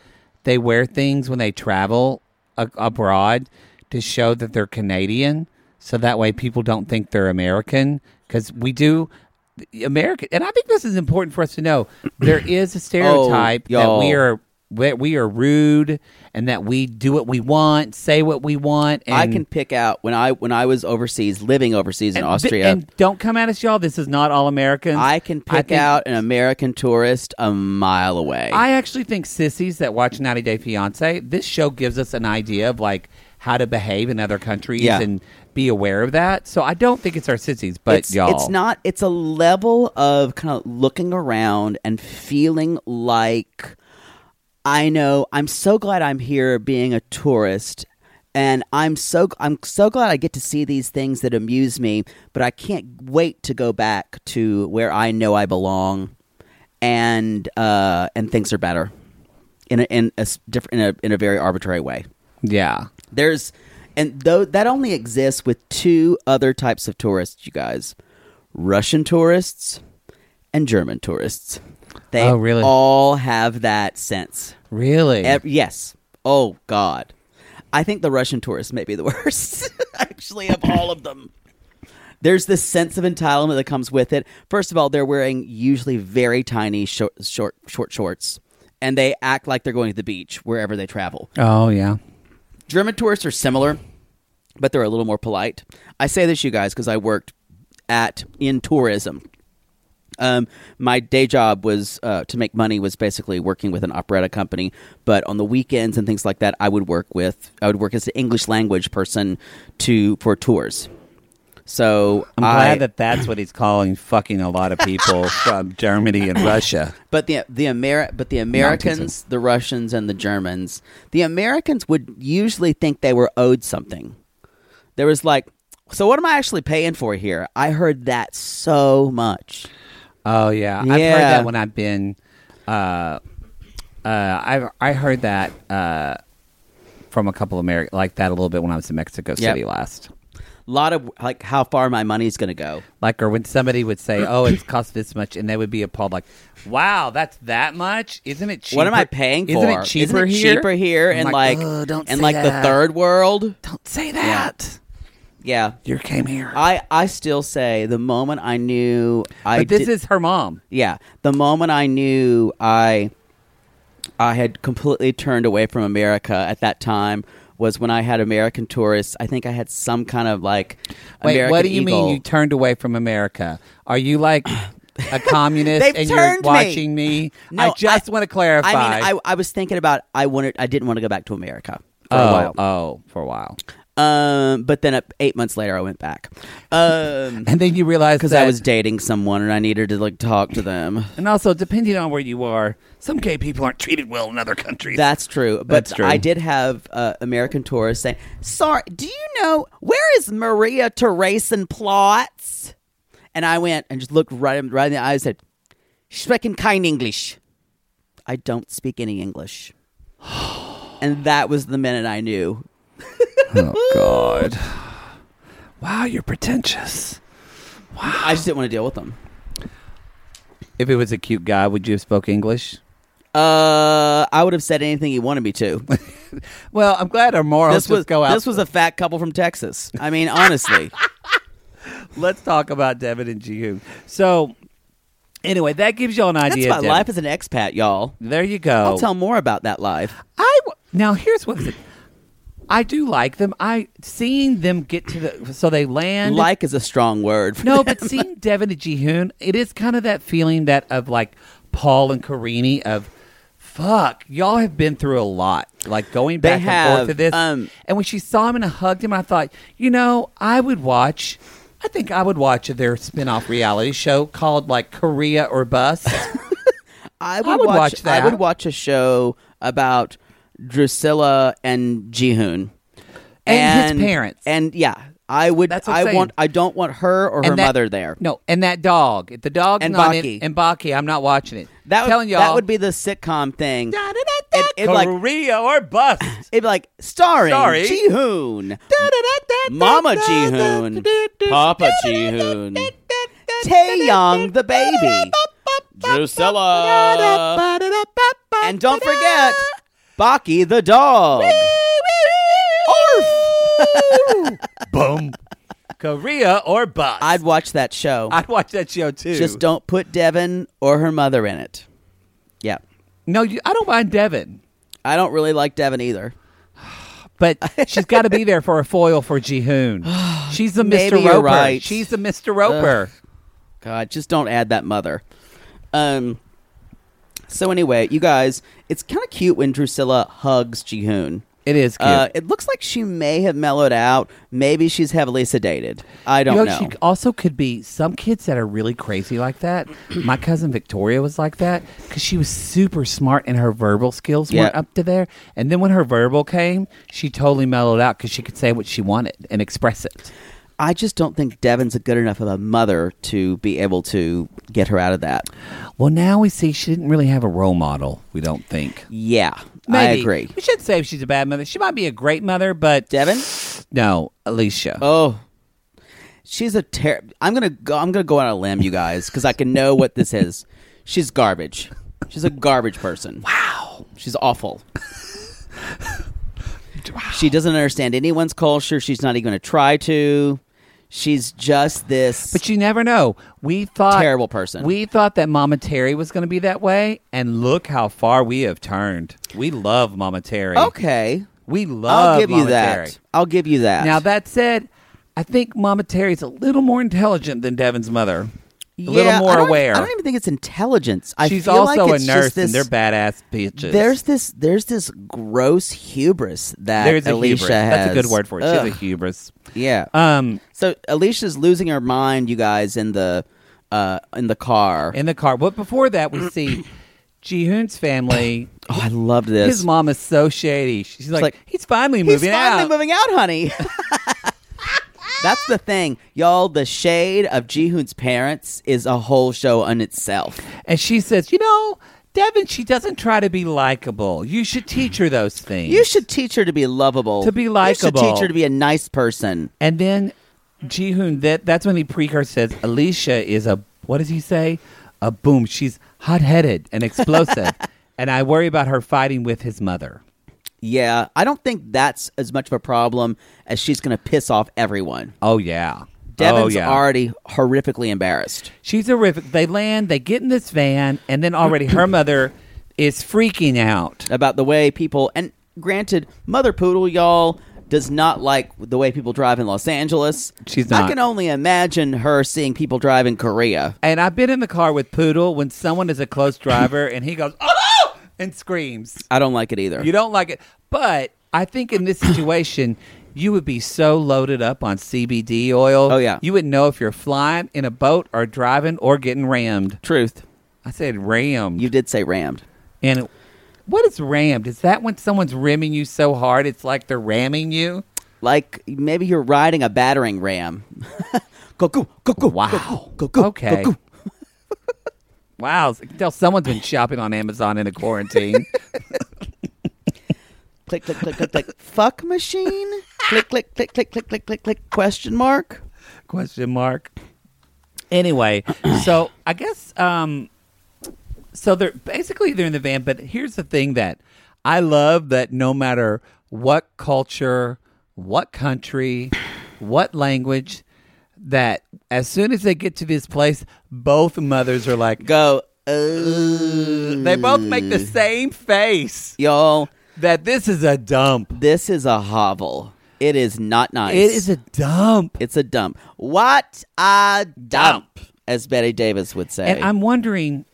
they wear things when they travel a- abroad to show that they're Canadian, so that way people don't think they're American because we do. American, and I think this is important for us to know. There is a stereotype that
Oh, y'all.
we are that we are rude, and that we do what we want, say what we want. And
I can pick out when I when I was overseas, living overseas in
and thi-
Austria.
and don't come at us, y'all. This is not all Americans.
I can pick
think-
out an American tourist a mile away.
I actually think sissies that watch 90 Day Fiance, this show gives us an idea of like how to behave in other countries
Yeah.
and be aware of that. So I don't think it's our sissies, but
it's,
y'all,
it's not. It's a level of kind of looking around and feeling like I know. I'm so glad I'm here, being a tourist, and I'm so I'm so glad I get to see these things that amuse me. But I can't wait to go back to where I know I belong, and uh, and things are better in a, in a s- different in a in a very arbitrary way.
Yeah.
There's, and though that only exists with two other types of tourists, you guys Russian tourists and German tourists. They
Oh, really?
all have that sense.
Really?
Ev- yes. Oh, God. I think the Russian tourists may be the worst, actually, of all of them. There's this sense of entitlement that comes with it. First of all, they're wearing usually very tiny short short short shorts, and they act like they're going to the beach wherever they travel.
Oh yeah.
Dramaturgs are similar, but they're a little more polite. I say this, you guys, because I worked at in tourism. Um, my day job was uh, to make money was basically working with an operetta company, but on the weekends and things like that, I would work with I would work as an English language person to for tours. So
I'm
I,
glad that that's what he's calling fucking a lot of people from Germany and Russia.
But the the Ameri- but the Americans, the Russians, and the Germans, the Americans would usually think they were owed something. There was like, so what am I actually paying for here? I heard that so much.
Oh yeah, I've heard
Yeah.
that when I've been. Uh, uh, I I heard that uh, from a couple of Ameri- like that a little bit when I was in Mexico City last.
A lot of like how far my money's going to go.
Like, or when somebody would say, "Oh, it's cost this much," and they would be appalled, like, "Wow, that's that much? Isn't it? cheaper?
What am I paying for?
Isn't it cheaper
Isn't it
here?
Cheaper here,
I'm
and like,
"Oh, don't
and
say
like
that.
the third world.
Don't say that.
Yeah,
You came here.
I I still say the moment I knew I
but this
did-
is her mom.
yeah the moment i knew i i had completely turned away from america at that time was when i had american tourists i think i had some kind of like
Wait,
american
what do you
Eagle.
mean you turned away from America? Are you like a communist
They've
and
turned
you're
me.
watching me?
No,
I just
I-
want to clarify.
i mean I, I was thinking about i wanted i didn't want to go back to america for
oh,
a while
oh, for a while,
um but then uh, eight months later i went back um
and then you realize
because
that,
i was dating someone and i needed to like talk to them
and also depending on where you are, some gay people aren't treated well in other countries.
That's true. But
That's true.
I did have uh, American tourists saying, "Sorry, do you know where is Maria Teresa Plots?" And I went and just looked right in, right in the eyes and said, "Sprechen kein English." I don't speak any English. and that was the minute I knew.
oh God! Wow, you're pretentious.
I just didn't want to deal with them.
If it was a cute guy, would you have spoke English?
Uh, I would have said anything he wanted me to.
Well, I'm glad our morals
this was
just go out.
this was a fat couple from Texas. I mean, honestly.
Let's talk about Devin and Jihoon. So, anyway, that gives y'all an
That's
idea. Oh.
my
Devin.
life as an expat, y'all.
There you go.
I'll tell more about that life.
I w- now here's what I do like them. I seeing them get to the so they land.
like is a strong word.
no, but seeing Devin and Jihoon, it is kind of that feeling that of like Paul and Carini of. Fuck, y'all have been through a lot. Like going
They
back and
have,
forth to this.
um,
and when she saw him and hugged him, I thought, you know, I would watch. I think I would watch their spin-off reality show called like Korea or Bust.
I would,
would
watch,
watch that.
I would watch a show about Drusilla and Jihoon
And his parents.
And yeah, I would.
That's what I'm
I
saying.
want. I don't want her or her
And that-
mother there.
No, and that dog. If the dog's
And
not
Baki.
in and Baki, I'm not watching it.
that would,
telling y'all
that would be the sitcom thing.
Da-da-da-da,
It- it like-
Korea or bust.
It'd be like starring
Sorry.
Jihoon,
Da-da-da-da-da,
Mama
da-da-da-da-da-da,
Jihoon,
da-da-da-da-da,
Papa Jihoon,
da-da-da-da-da,
Taeyong the baby, Drusilla,
da-da-da-da-da-da,
and don't forget Baki the dog.
Boom. Korea or bust.
I'd watch that show.
I'd watch that show too.
Just don't put Devin or her mother in it. Yeah.
No, you, I don't mind Devin,
I don't really like Devin either.
but she's got to be there for a foil for Jihoon. She's the Mr.
Maybe
Roper.
you're right.
She's the Mr. Roper.
God, just don't add that mother. Um so anyway, you guys, it's kind of cute when Drusilla hugs Jihoon.
It is cute.
Uh, it looks like she may have mellowed out. Maybe she's heavily sedated. I don't
you
know.
She also could be some kids that are really crazy like that. My cousin Victoria was like that because she was super smart and her verbal skills weren't
Yeah.
up to there. And then when her verbal came, she totally mellowed out because she could say what she wanted and express it.
I just don't think Devin's a good enough of a mother to be able to get her out of that.
Well, now we see she didn't really have a role model. We don't think.
Yeah, I
Maybe.
agree.
We should say if she's a bad mother. She might be a great mother, but
Devin?
no, Alicia.
Oh, she's a ter. I'm gonna go. I'm gonna go on a limb, you guys, because I can know what this is. She's garbage. She's a garbage person. Wow. She's awful. She doesn't understand anyone's culture. She's not even going to try to. She's just this.
But you never know. We thought
Terrible person.
We thought that Mama Terry was going to be that way, and look how far we have turned. We love Mama Terry.
okay,
we love.
I'll give you
Mama
that.
Terry.
I'll give you that.
Now that said, I think Mama Terry's a little more intelligent than Devin's mother.
yeah,
a little more
I don't-
aware.
I don't even think it's intelligence. I
She's
feel
also
like it's
a
just
nurse,
this,
and they're badass bitches.
There's this there's this gross hubris that
There's a
Alicia
hubris.
has.
That's a good word for it. She
Ugh,
has a hubris.
yeah.
Um,
so Alicia's losing her mind, you guys, in the uh in the car.
in the car. But before that, we see Ji Hoon's family.
oh, I loved this.
His mom is so shady. She's like,
like,
he's finally
He's
moving
finally
out.
moving out, honey. That's the thing, y'all. The shade of Jihoon's parents is a whole show on itself.
and she says, you know, Devin, she doesn't try to be likable. You should teach her those things.
You should teach her to be lovable,
To be
You should
likable.
teach her to be a nice person.
And then Ji Hoon, that, that's when he precursor says, Alicia is a, what does he say? A boom. She's hot headed and explosive. and I worry about her fighting with his mother.
Yeah, I don't think that's as much of a problem as she's going to piss off everyone.
Oh, yeah.
Devin's
oh, yeah.
already horrifically embarrassed.
She's horrific. They land, they get in this van, and then already her mother is freaking out.
about the way people and granted mother poodle y'all does not like the way people drive in los angeles
She's
i
not.
can only imagine her seeing people drive in korea
And I've been in the car with Poodle when someone is a close driver and he goes, oh, and screams.
i don't like it either
You don't like it. But I think in this situation, you would be so loaded up on CBD oil.
Oh, yeah.
You would know if you're flying in a boat or driving or getting rammed.
truth
I said rammed.
you did say rammed
and it- what is rammed? Is that when someone's rimming you so hard it's like they're ramming you?
like maybe you're riding a battering ram cuckoo cuckoo wow cuckoo
Okay.
cuckoo.
wow. I can Tell someone's been shopping on Amazon in a quarantine.
click click click click click fuck machine click click click click click click click click question mark
Question mark. Anyway, so I guess um so they're basically they're in the van, but here's the thing that I love that no matter what culture, what country, what language, that as soon as they get to this place, both mothers are like
go uh,
they both make the same face
y'all
that this is a dump.
This is a hovel. It is not nice.
It is a dump.
It's a dump. What a dump, as Betty Davis would say.
And I'm wondering,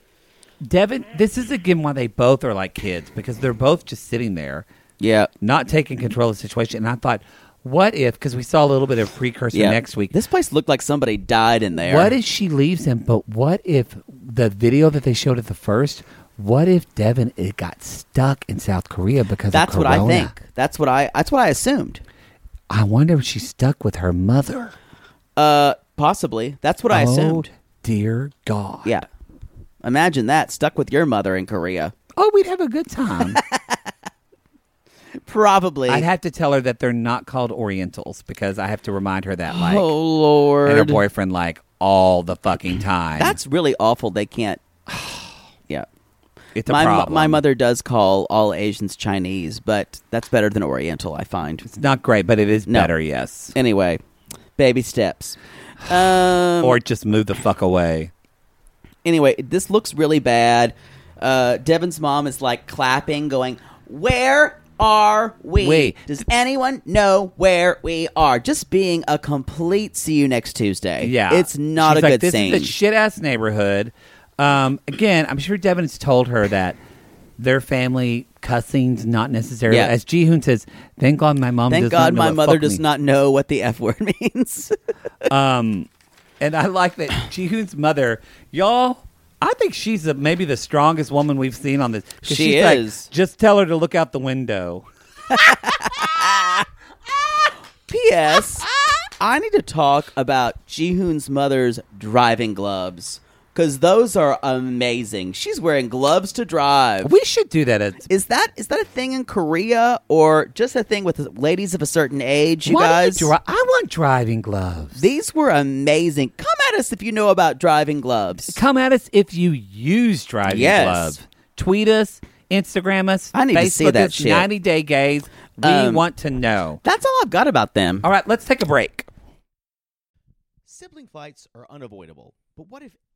Devin, this is again why they both are like kids because they're both just sitting there,
yeah.
not taking control of the situation. And I thought, what if, because we saw a little bit of precursor
Yeah.
next week,
This place looked like somebody died in there.
what if she leaves him? But what if the video that they showed at the first, what if Devin it got stuck in South Korea because of
That's what I
Corona?
think. That's what I. That's what I assumed.
I wonder if she's stuck with her mother.
Uh, possibly. That's what I assumed.
Oh, dear God.
Yeah. Imagine that stuck with your mother in Korea.
Oh, we'd have a good time.
Probably.
I'd have to tell her that they're not called Orientals because I have to remind her that, like,
oh Lord.
and her boyfriend, like, all the fucking time.
That's really awful. They can't. yeah.
it's a
My,
problem.
my mother does call all Asians Chinese, but that's better than Oriental, I find.
It's not great, but it is
No.
better. Yes,
Anyway, baby steps. Um,
or just move the fuck away.
anyway, this looks really bad. Uh, Devin's mom is like clapping, going, "Where are we?
Wait.
Does anyone know where we are?" Just being a complete "see you next Tuesday."
Yeah,
it's not
She's
a
like,
good
this
scene.
Is a shit ass neighborhood. Um, again, I'm sure Devin has told her that their family cussing's not necessarily.
Yeah.
As Ji Hoon says, thank God my mom.
Thank
does
God,
not know
my
what
mother
fuck
does
means."
not know what the f word means.
And I like that Jihoon's mother, y'all. I think she's the maybe the strongest woman we've seen on this. 'Cause
She
she's like,
is.
Just tell her to look out the window.
P.S. I need to talk about Jihoon's mother's driving gloves because those are amazing. She's wearing gloves to drive.
We should do that. At,
is that is that a thing in Korea or just a thing with ladies of a certain age? You
Why do
guys,
dri- I want driving gloves.
these were amazing. Come at us if you know about driving gloves.
Come at us if you use driving
Yes.
gloves. Tweet us, Instagram us.
I need
Facebook
to see that
us,
shit. Um,
Ninety Day Gays. We want to know.
That's all I've got about them.
All right, let's take a break.
Sibling fights are unavoidable, but what if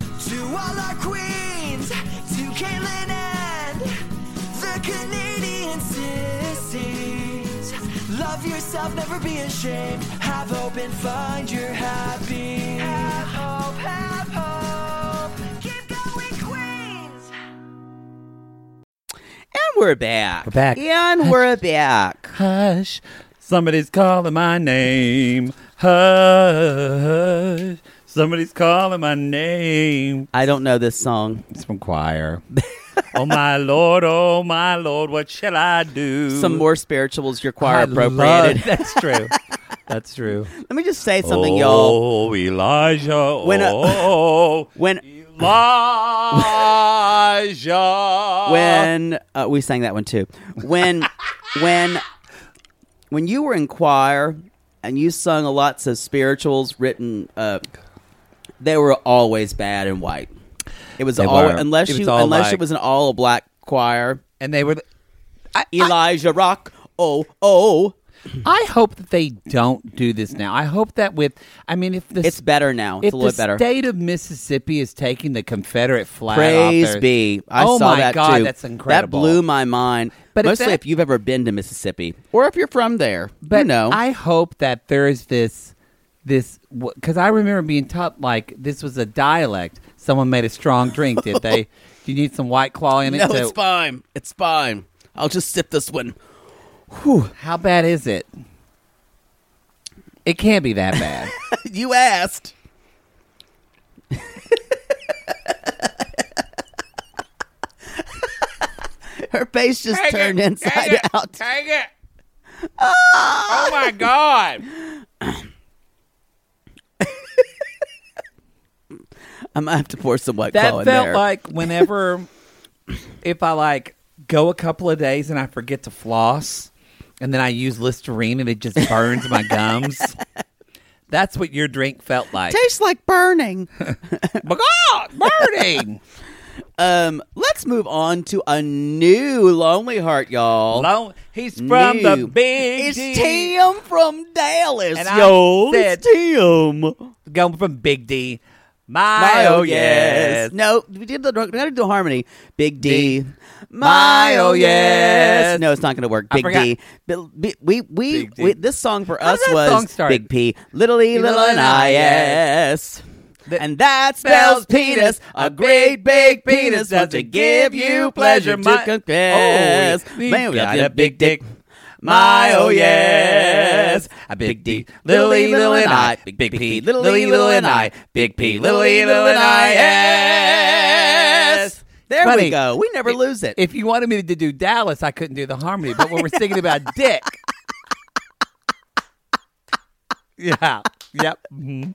To all our queens, to Caitlin and the Canadian sissies. Love yourself, never be ashamed. Have hope and find your happy. Have hope, have hope. Keep going, queens.
And we're back.
We're back.
And we're back.
Hush. Somebody's calling my name. Hush. Somebody's calling my name.
I don't know this song.
It's from choir. oh my lord, oh my lord, what shall I do?
Some more spirituals your choir
I
appropriated.
love- that's true. That's true.
Let me just say something, y'all.
Oh, Elijah.
When uh, a-
oh,
When
Elijah.
when uh, we sang that one too. When when when you were in choir and you sung a lots of spirituals written, uh, they were always bad and white. It was
They
all
were.
unless
It was
you
all
unless
like-
it was an all black choir.
and they were. the- I,
Elijah Rock. Oh oh,
I hope that they don't do this now. I hope that with, I mean, if the
it's better now.
if
It's a little
the
better.
state of Mississippi is taking the Confederate flag, off
Praise
their-
be. I
oh
saw
my
that
God,
too.
that's incredible.
That blew my mind. But
But if
mostly if,
that-
you've ever been to Mississippi or if you're from there,
But
you know.
I hope that there is this, this because I remember being taught like this was a dialect. Someone made a strong drink, did they? Do you need some White Claw in it?
no,
to-
it's fine. It's fine. I'll just sip this one.
How bad is it? It can't be that bad.
you asked. Her face just turned inside out. Ah!
Take it. Oh my God.
I might have to pour some white
That
claw in
felt
there.
like whenever, if I like go a couple of days and I forget to floss, and then I use Listerine and it just burns my gums. That's what your drink felt like.
Tastes like burning.
My God, burning.
Um, let's move on to a new Lonely Heart, y'all.
Long, he's from the
New.
big.
It's
D.
Tim from Dallas,
And I
y'all.
said-
It's Tim.
Going from Big D. My,
My
oh yes.
No, we did the we gotta do the harmony. Big D.
D. My, oh, yes.
No, it's not gonna work.
I
Big
forgot.
D. But bi- we we,
Big D.
we this song for
How
us
did that
was
song start?
Big P. Little E, little,
Little
and
I,
I,
yes.
yes. And that spells penis, a great big penis, wants to give you pleasure
My-
to confess.
Oh, we've
Man, we
got
got
a big dick.
My, oh, yes. A big D, little E, little and I. Big, big P, little E, little and I. Big P, little E, little and I. Yes. There
Funny.
we go. We never lose it.
If you wanted me to do Dallas, I couldn't do the harmony. But when we're singing about dick, yeah, yep, mhm.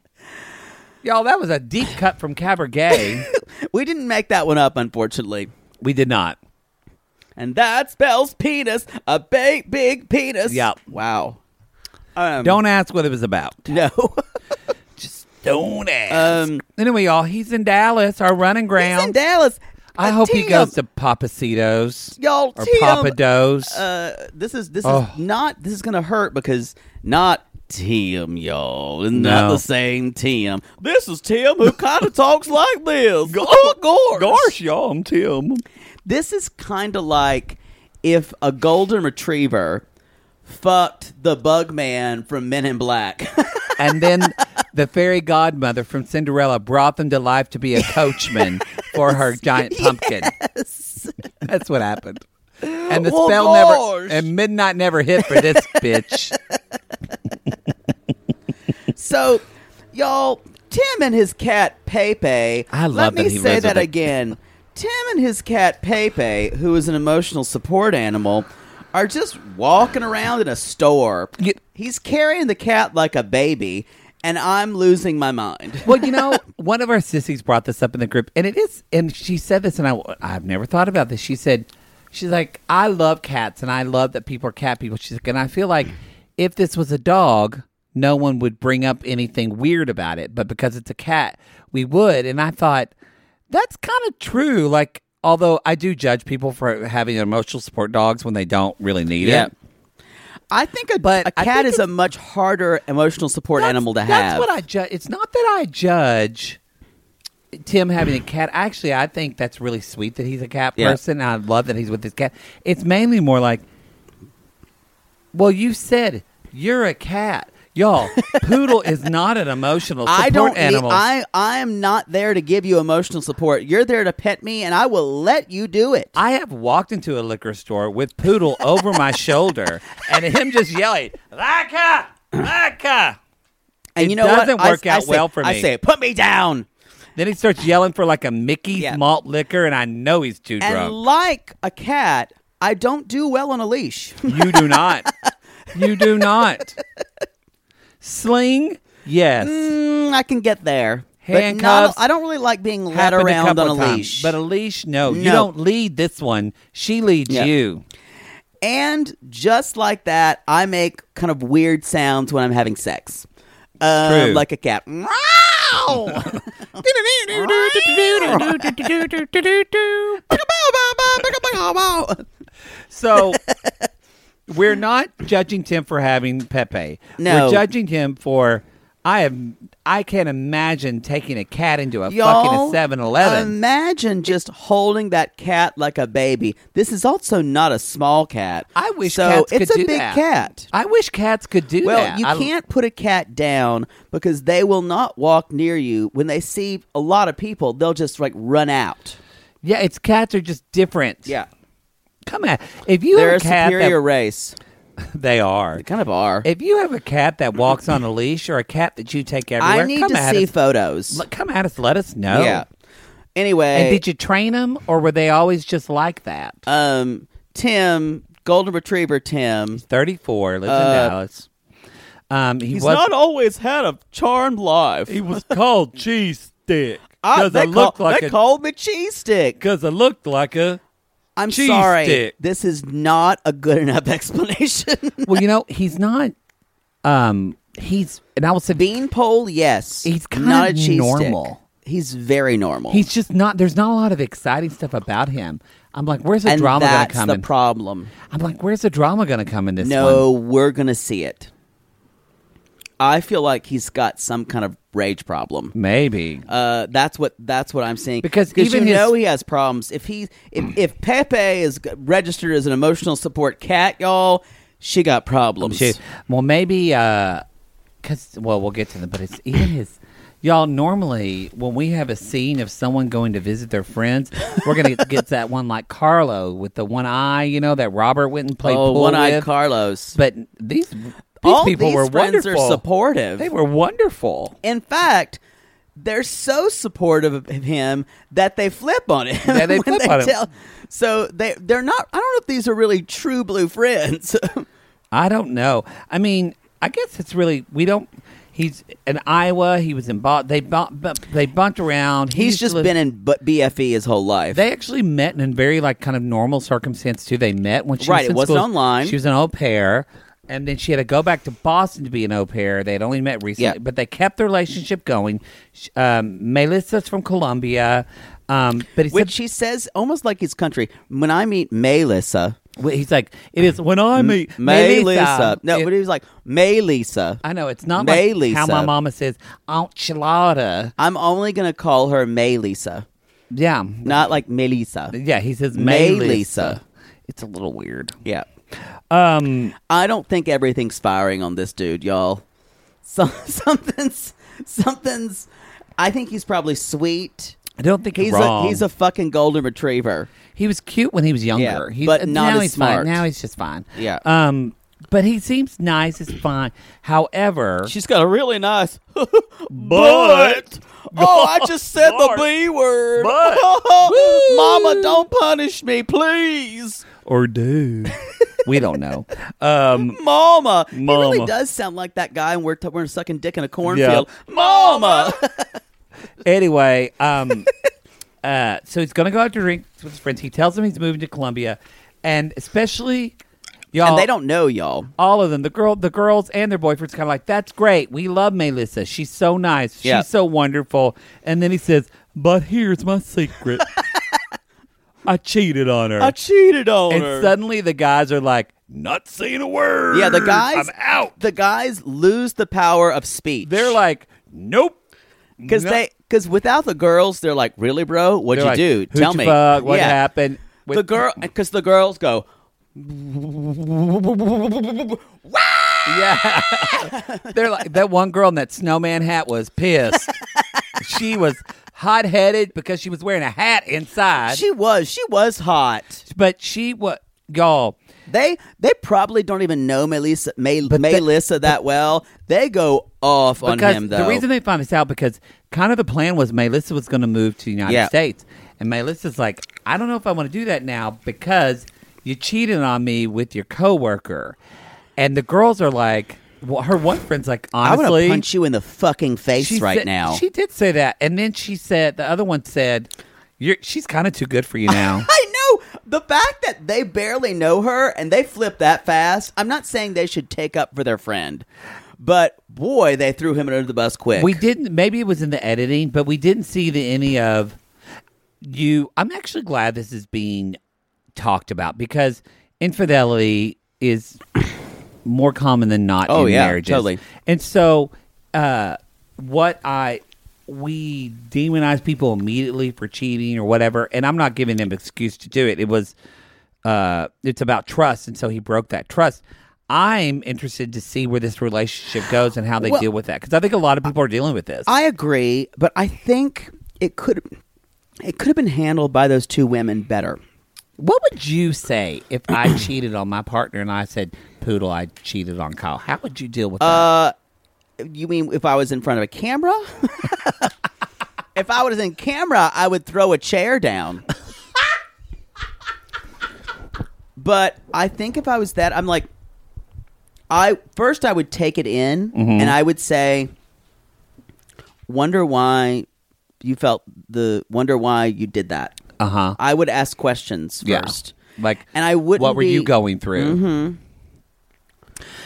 y'all, that was a deep cut from Cabaret.
we didn't make that one up, unfortunately.
we did not.
And that spells penis, a big, big penis.
Yep.
Wow. Um,
Don't ask what it was about.
No.
Don't ask.
um,
anyway, Um, y'all, he's in Dallas, our running
he's
ground.
in Dallas.
I hope he goes to Papacitos.
y'all
or
Tim,
Papados.
Uh, this is this
Oh.
is not this is gonna hurt because not Tim, y'all, and not
No.
the same Tim. This is Tim who kind of talks like this. Oh, gosh, gosh,
y'all, I'm Tim.
This is kind of like if a golden retriever fucked the bug man from Men in Black.
and then the fairy godmother from Cinderella brought them to life to be a coachman for her giant pumpkin. That's what happened. And the
Well,
spell
gosh.
never and midnight never hit for this bitch.
So, y'all, Tim and his cat Pepe.
I love
Let me
that he
say
lives
that
with a-
again. Tim and his cat Pepe, who is an emotional support animal, are just walking around in a store. He's carrying the cat like a baby, and I'm losing my mind.
Well, you know, one of our sissies brought this up in the group, and it is, and she said this, and I, I've never thought about this. She said, she's like, I love cats, and I love that people are cat people. She's like, and I feel like if this was a dog, no one would bring up anything weird about it, but because it's a cat, we would. And I thought that's kind of true. Like, although I do judge people for having emotional support dogs when they don't really need
Yeah.
it.
I think a, a
I
cat
think
is a much harder emotional support animal to
That's
have.
what I judge. It's not that I judge Tim having a cat. Actually, I think that's really sweet that he's a cat
Yeah.
person. I love that he's with his cat. It's mainly more like, well, you said you're a cat, y'all. Poodle is not an emotional support
I don't. Need,
animal.
I I am not there to give you emotional support. You're there to pet me, and I will let you do it.
I have walked into a liquor store with Poodle over my shoulder and him just yelling, "Laka, Laka."
And
It
you know what?
doesn't
I-
work
I
out
say-
well for
I
me.
say, put me down.
Then he starts yelling for like a Mickey's
Yeah.
malt liquor, and I know he's too
And
drunk.
like a cat, I don't do well on a leash.
You do not. you do not. Sling, yes.
Mm, I can get there. But
Handcuffs.
not- I don't really like being led
Happened a
around
couple
on a
of times.
leash.
But a leash, no. You
No.
don't lead this one. She leads
Yeah.
you.
and just like that, I make kind of weird sounds when I'm having sex. Um,
True.
Like a cat. Meow!
So we're not judging Tim for having Pepe.
No.
We're judging him for I am I can't imagine taking a cat into a
Y'all,
fucking 7-Eleven.
Imagine just holding that cat like a baby. This is also not a small cat.
I wish
so
cats could
it's a
do
big
that.
cat.
I wish cats could do
Well,
that.
you
I-
can't put a cat down because they will not walk near you. When they see a lot of people, they'll just like run out.
Yeah, it's cats are just different. Come at if you
They're a
have a cat that-
superior race.
they are.
They kind of are.
If you have a cat that walks on a leash or a cat that you take everywhere,
I need
come
to
at
see
us.
photos.
L- come at us. Let us know.
Yeah. Anyway,
And did you train them, or were they always just like that?
um, Tim, golden retriever Tim,
Thirty-four lives
uh,
in Dallas. Um, he was
always had a charmed life.
he was called cheese stick
I,
because I,
they
looked
call,
like
they
a
called me cheese stick.
because I looked like a.
I'm
cheese
sorry.
stick.
This is not a good enough explanation.
Well, you know, he's not. Um, he's and I will say
Beanpole, yes.
He's kinda
not a cheese
normal.
Stick. He's very normal.
He's just not. There's not a lot of exciting stuff about him. I'm like, where's the
and
drama going
that's
to come
the
in?
problem.
I'm like, where's the drama going to come in this?
no,
one?
we're gonna see it. I feel like he's got some kind of rage problem.
maybe.
Uh, that's what that's what I'm seeing.
Because even
you
his-
know he has problems. If he if, if Pepe is g- registered as an emotional support cat, y'all, she got problems.
She- well, maybe because well, we'll get to them. But it's even his. Y'all normally when we have a scene of someone going to visit their friends, we're gonna get, get that one like Carlo with the one eye, you know, that Robert went and played
oh,
pool
one-eyed
with.
Carlos.
But these these
All
people
these
were
friends
wonderful.
are supportive.
They were wonderful.
In fact, they're so supportive of him that they flip on him.
Yeah, they
when
flip on him.
So they they're not. I don't know if these are really true blue friends.
I don't know. I mean, I guess it's really we don't. He's in Iowa. He was in Bo- they bu- bu- they bunked around. He
He's
used to
just
live-
been in bu- BFE E his whole life.
They actually met in a very like kind of normal circumstance too. They met when she
Right,
was
it
in
wasn't
school.
online.
She was an au pair, and then she had to go back to Boston to be an au pair. They had only met recently,
Yeah.
but they kept the relationship going. Sh- Um, Melissa's from Colombia. Um, but he
Which he says almost like he's country. When I meet Melissa,
he's like, it is when I meet Melissa.
Melissa. No,
It-
but he was like Melissa.
I know it's not
May
like how my
Lisa.
mama says enchilada.
I'm only gonna call her Melissa,
Yeah,
not like Melissa.
yeah. He says May Lisa.
Melissa.
It's a little weird.
Yeah.
Um,
I don't think everything's firing on this dude, y'all. So, something's something's. I think he's probably sweet.
I don't think
He's
he's wrong.
a he's a fucking golden retriever.
he was cute when he was younger.
Yeah,
He-
but
and
not
now
as
he's Fine.
smart.
Now he's just fine.
Yeah.
Um, but he seems nice. It's fine. However,
She's got a really nice butt. Oh, I just said the B word. Mama, don't punish me, please.
or do we don't know. Um,
Mama. He
Mama.
really does sound like that guy, and we're, t- we're sucking dick in a cornfield. Mama.
anyway, um, uh, so he's gonna go out to drink with his friends. He tells them he's moving to Columbia, and especially y'all.
and they don't know, y'all.
all of them. The girl, the girls, and their boyfriends kind of like, "That's great. We love Melissa. She's so nice.
Yeah.
She's so wonderful." And then he says, "But here's my secret. I cheated on her."
cheated on
and suddenly the guys are like, "Not saying a word."
Yeah, the guys.
I'm out.
The guys lose the power of speech.
They're like, "Nope."
because
no-
they because without the girls, they're like, really, bro, what'd
They're
you
like,
do?
"Who'd
Tell
you
me
fuck? What
Yeah.
happened? With-
the girl because the girls go.
Yeah. They're like that one girl in that snowman hat was pissed. she was hot headed because she was wearing a hat inside.
She was she was hot.
but she was y'all.
They they probably don't even know Melissa May,
they-
Melissa that well. They go off on
Because
him though.
the reason they found this out because kind of the plan was Melissa was going to move to the United
Yeah.
States, and Melissa's like, I don't know if I want to do that now because you cheated on me with your coworker, and the girls are like, well, her one friend's like,
I
honestly,
want to punch you in the fucking face
She
right
said-
now.
She did say that, and then she said the other one said, "You're she's kind of too good for you now."
I know the fact that they barely know her and they flip that fast. I'm not saying they should take up for their friend, but boy, they threw him under the bus quick.
we didn't. Maybe it was in the editing, but we didn't see the any of you. I'm actually glad this is being talked about because infidelity is more common than not
Oh,
in
yeah,
marriages.
totally.
And so, uh, what I we demonize people immediately for cheating or whatever, and I'm not giving them excuse to do it. It was, uh, it's about trust, and so he broke that trust. I'm interested to see where this relationship goes and how they
Well-
deal with that because I think a lot of people are dealing with this.
I agree, but I think it could it could have been handled by those two women better.
what would you say if I cheated on my partner and I said, "Poodle, I cheated on Kyle"? How would you deal with that?
You mean if I was in front of a camera? if I was in camera, I would throw a chair down. but I think if I was that, I'm like, I first I would take it in and I would say, wonder why you felt the wonder why you did that.
Uh huh.
I would ask questions
Yeah.
first.
Like,
and I wouldn't.
What were you
be-
going through?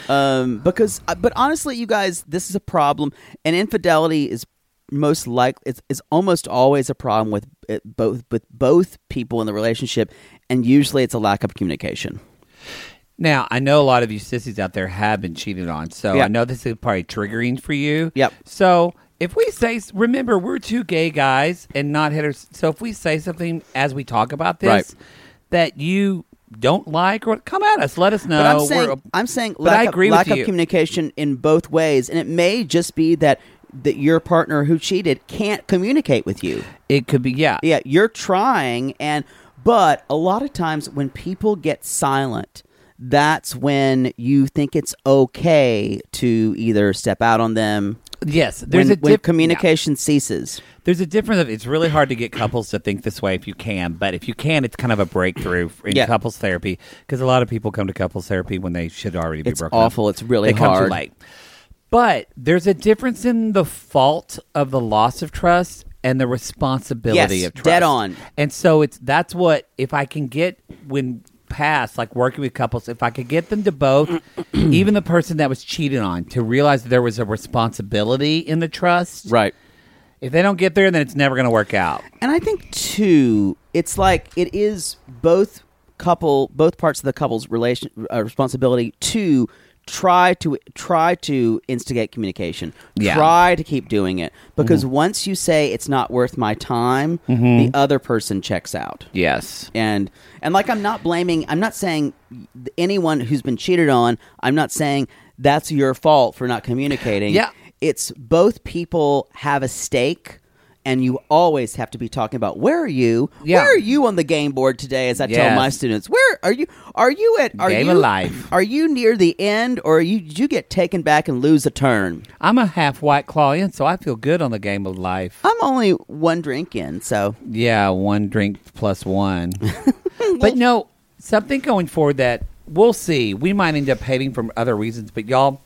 Um, because, but honestly, you guys, this is a problem, and infidelity is most likely it's, it's almost always a problem with it, both with both people in the relationship, and usually it's a lack of communication.
Now, I know a lot of you sissies out there have been cheated on, so
Yeah.
I know this is probably triggering for you.
Yep.
So if we say, remember, we're two gay guys and not heteros. So if we say something as we talk about this
Right.
that you don't like, or come at us, let us know.
But I'm
We're-
saying, I'm saying,
But
lack
I
of-
agree
lack
with
of
you.
communication in both ways, and it may just be that that your partner who cheated can't communicate with you.
it could be, yeah.
Yeah, you're trying and but a lot of times when people get silent, that's when you think it's okay to either step out on them.
Yes. There's
when,
a
when
diff-
communication ceases.
yeah. There's a difference of it's really hard to get couples to think this way if you can, but if you can, it's kind of a breakthrough in
Yeah.
couples therapy because a lot of people come to couples therapy when they should already be
It's
broken up.
awful. It's really
they come
hard.
too late. But there's a difference in the fault of the loss of trust and the responsibility
Yes,
of trust.
dead on.
And so it's that's what if I can get when past like working with couples, if I could get them to both, even the person that was cheated on, to realize that there was a responsibility in the trust.
Right.
If they don't get there, then it's never going to work out.
And I think too, it's like it is both couple, both parts of the couple's relation uh, responsibility to try to try to instigate communication.
Yeah.
Try to keep doing it because once you say it's not worth my time,
Mhm.
the other person checks out.
Yes.
And and like I'm not blaming. I'm not saying anyone who's been cheated on. I'm not saying that's your fault for not communicating.
Yeah.
It's both people have a stake. And you always have to be talking about where are you?
Yeah.
Where are you on the game board today? As I tell
Yes.
my students, where are you? Are you at? Are
Game
you
of life.
Are you near the end, or are you? Did you get taken back and lose a turn?
I'm a half white claw in, so I feel good on the game of life.
I'm only one drink in, so
Yeah, one drink plus one. but no, something going forward that we'll see. We might end up hating from other reasons, but y'all,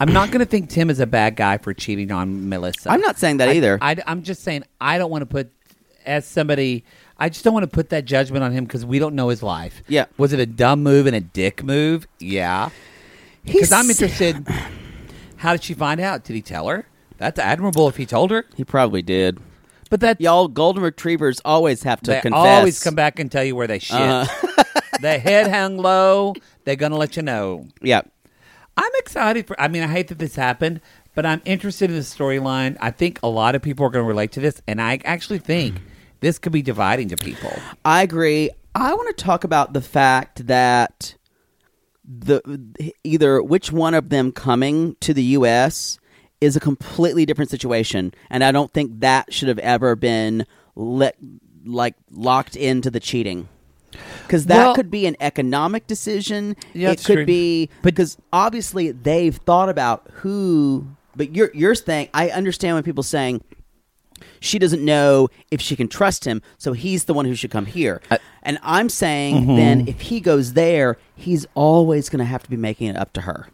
I'm not going to think Tim is a bad guy for cheating on Melissa.
I'm not saying that
I-
either.
I, am just saying I don't want to put as somebody. I just don't want to put that judgment on him because we don't know his life.
Yeah.
was it a dumb move and a dick move? Yeah, because I'm
He's-
interested. How did she find out? Did he tell her? That's admirable if he told her.
he probably did.
But that
Y'all golden retrievers always have to
they
confess. Uh-huh.
always come back and tell you where they shit. the head hung low. They're gonna let you know.
Yeah.
I'm excited for. I mean, I hate that this happened, but I'm interested in the storyline. I think a lot of people are gonna relate to this, and I actually think this could be dividing to people.
I agree. I want to talk about the fact that the either which one of them coming to the U.S. is a completely different situation, and I don't think that should have ever been let like locked into the cheating. Because that
Well-
could be an economic decision.
Yeah,
it
it's
could
true.
be
But-
because obviously they've thought about who. But you're you're saying I understand when people saying she doesn't know if she can trust him, so he's the one who should come here. and I'm saying
Mm-hmm.
then if he goes there, he's always going to have to be making it up to her.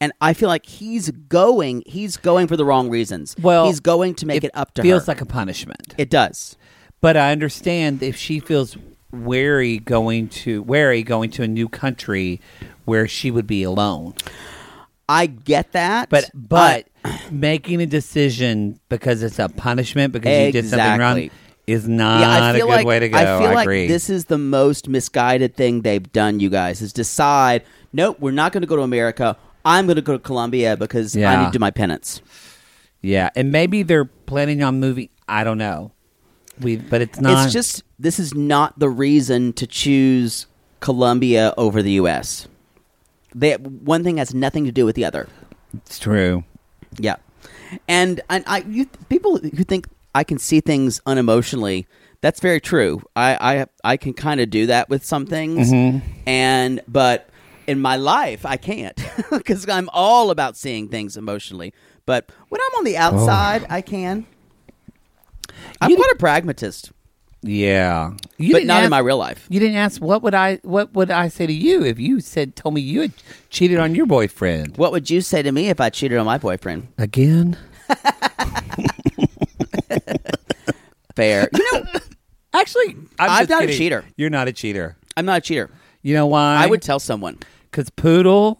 And I feel like he's going, he's going for the wrong reasons.
Well,
he's going to make it, up to
feels
her.
like a punishment.
it does.
But I understand if she feels wary going to wary going to a new country where she would be alone.
I get that,
But but making a decision because it's a punishment because you did something wrong
Exactly.
is not
yeah, I
a
feel
good
like
way to go.
I feel like
agree.
this is the most misguided thing they've done. You guys is decide. Nope, we're not going to go to America. I'm going to go to Colombia because I
Yeah.
need to do my penance.
yeah, and maybe they're planning on moving. I don't know. We but it's not.
It's just this is not the reason to choose Colombia over the U.S. They one thing has nothing to do with the other.
it's true.
Yeah, and and I you, people who think I can see things unemotionally. That's very true. I I, I can kind of do that with some things,
Mm-hmm.
and but in my life I can't because I'm all about seeing things emotionally. But when I'm on
Oh.
the outside, I can. I'm quite a pragmatist,
Yeah, you
but
didn't
not in
ask-
my real life.
You didn't ask what would I what would I say to you if you said told me you had cheated on your boyfriend
What would you say to me if I cheated on my boyfriend?
again.
Fair. You know,
Actually, I'm
I'm
just
not a
kidding.
cheater.
You're not a cheater.
I'm not a cheater.
You know why?
I would tell someone.
because Poodle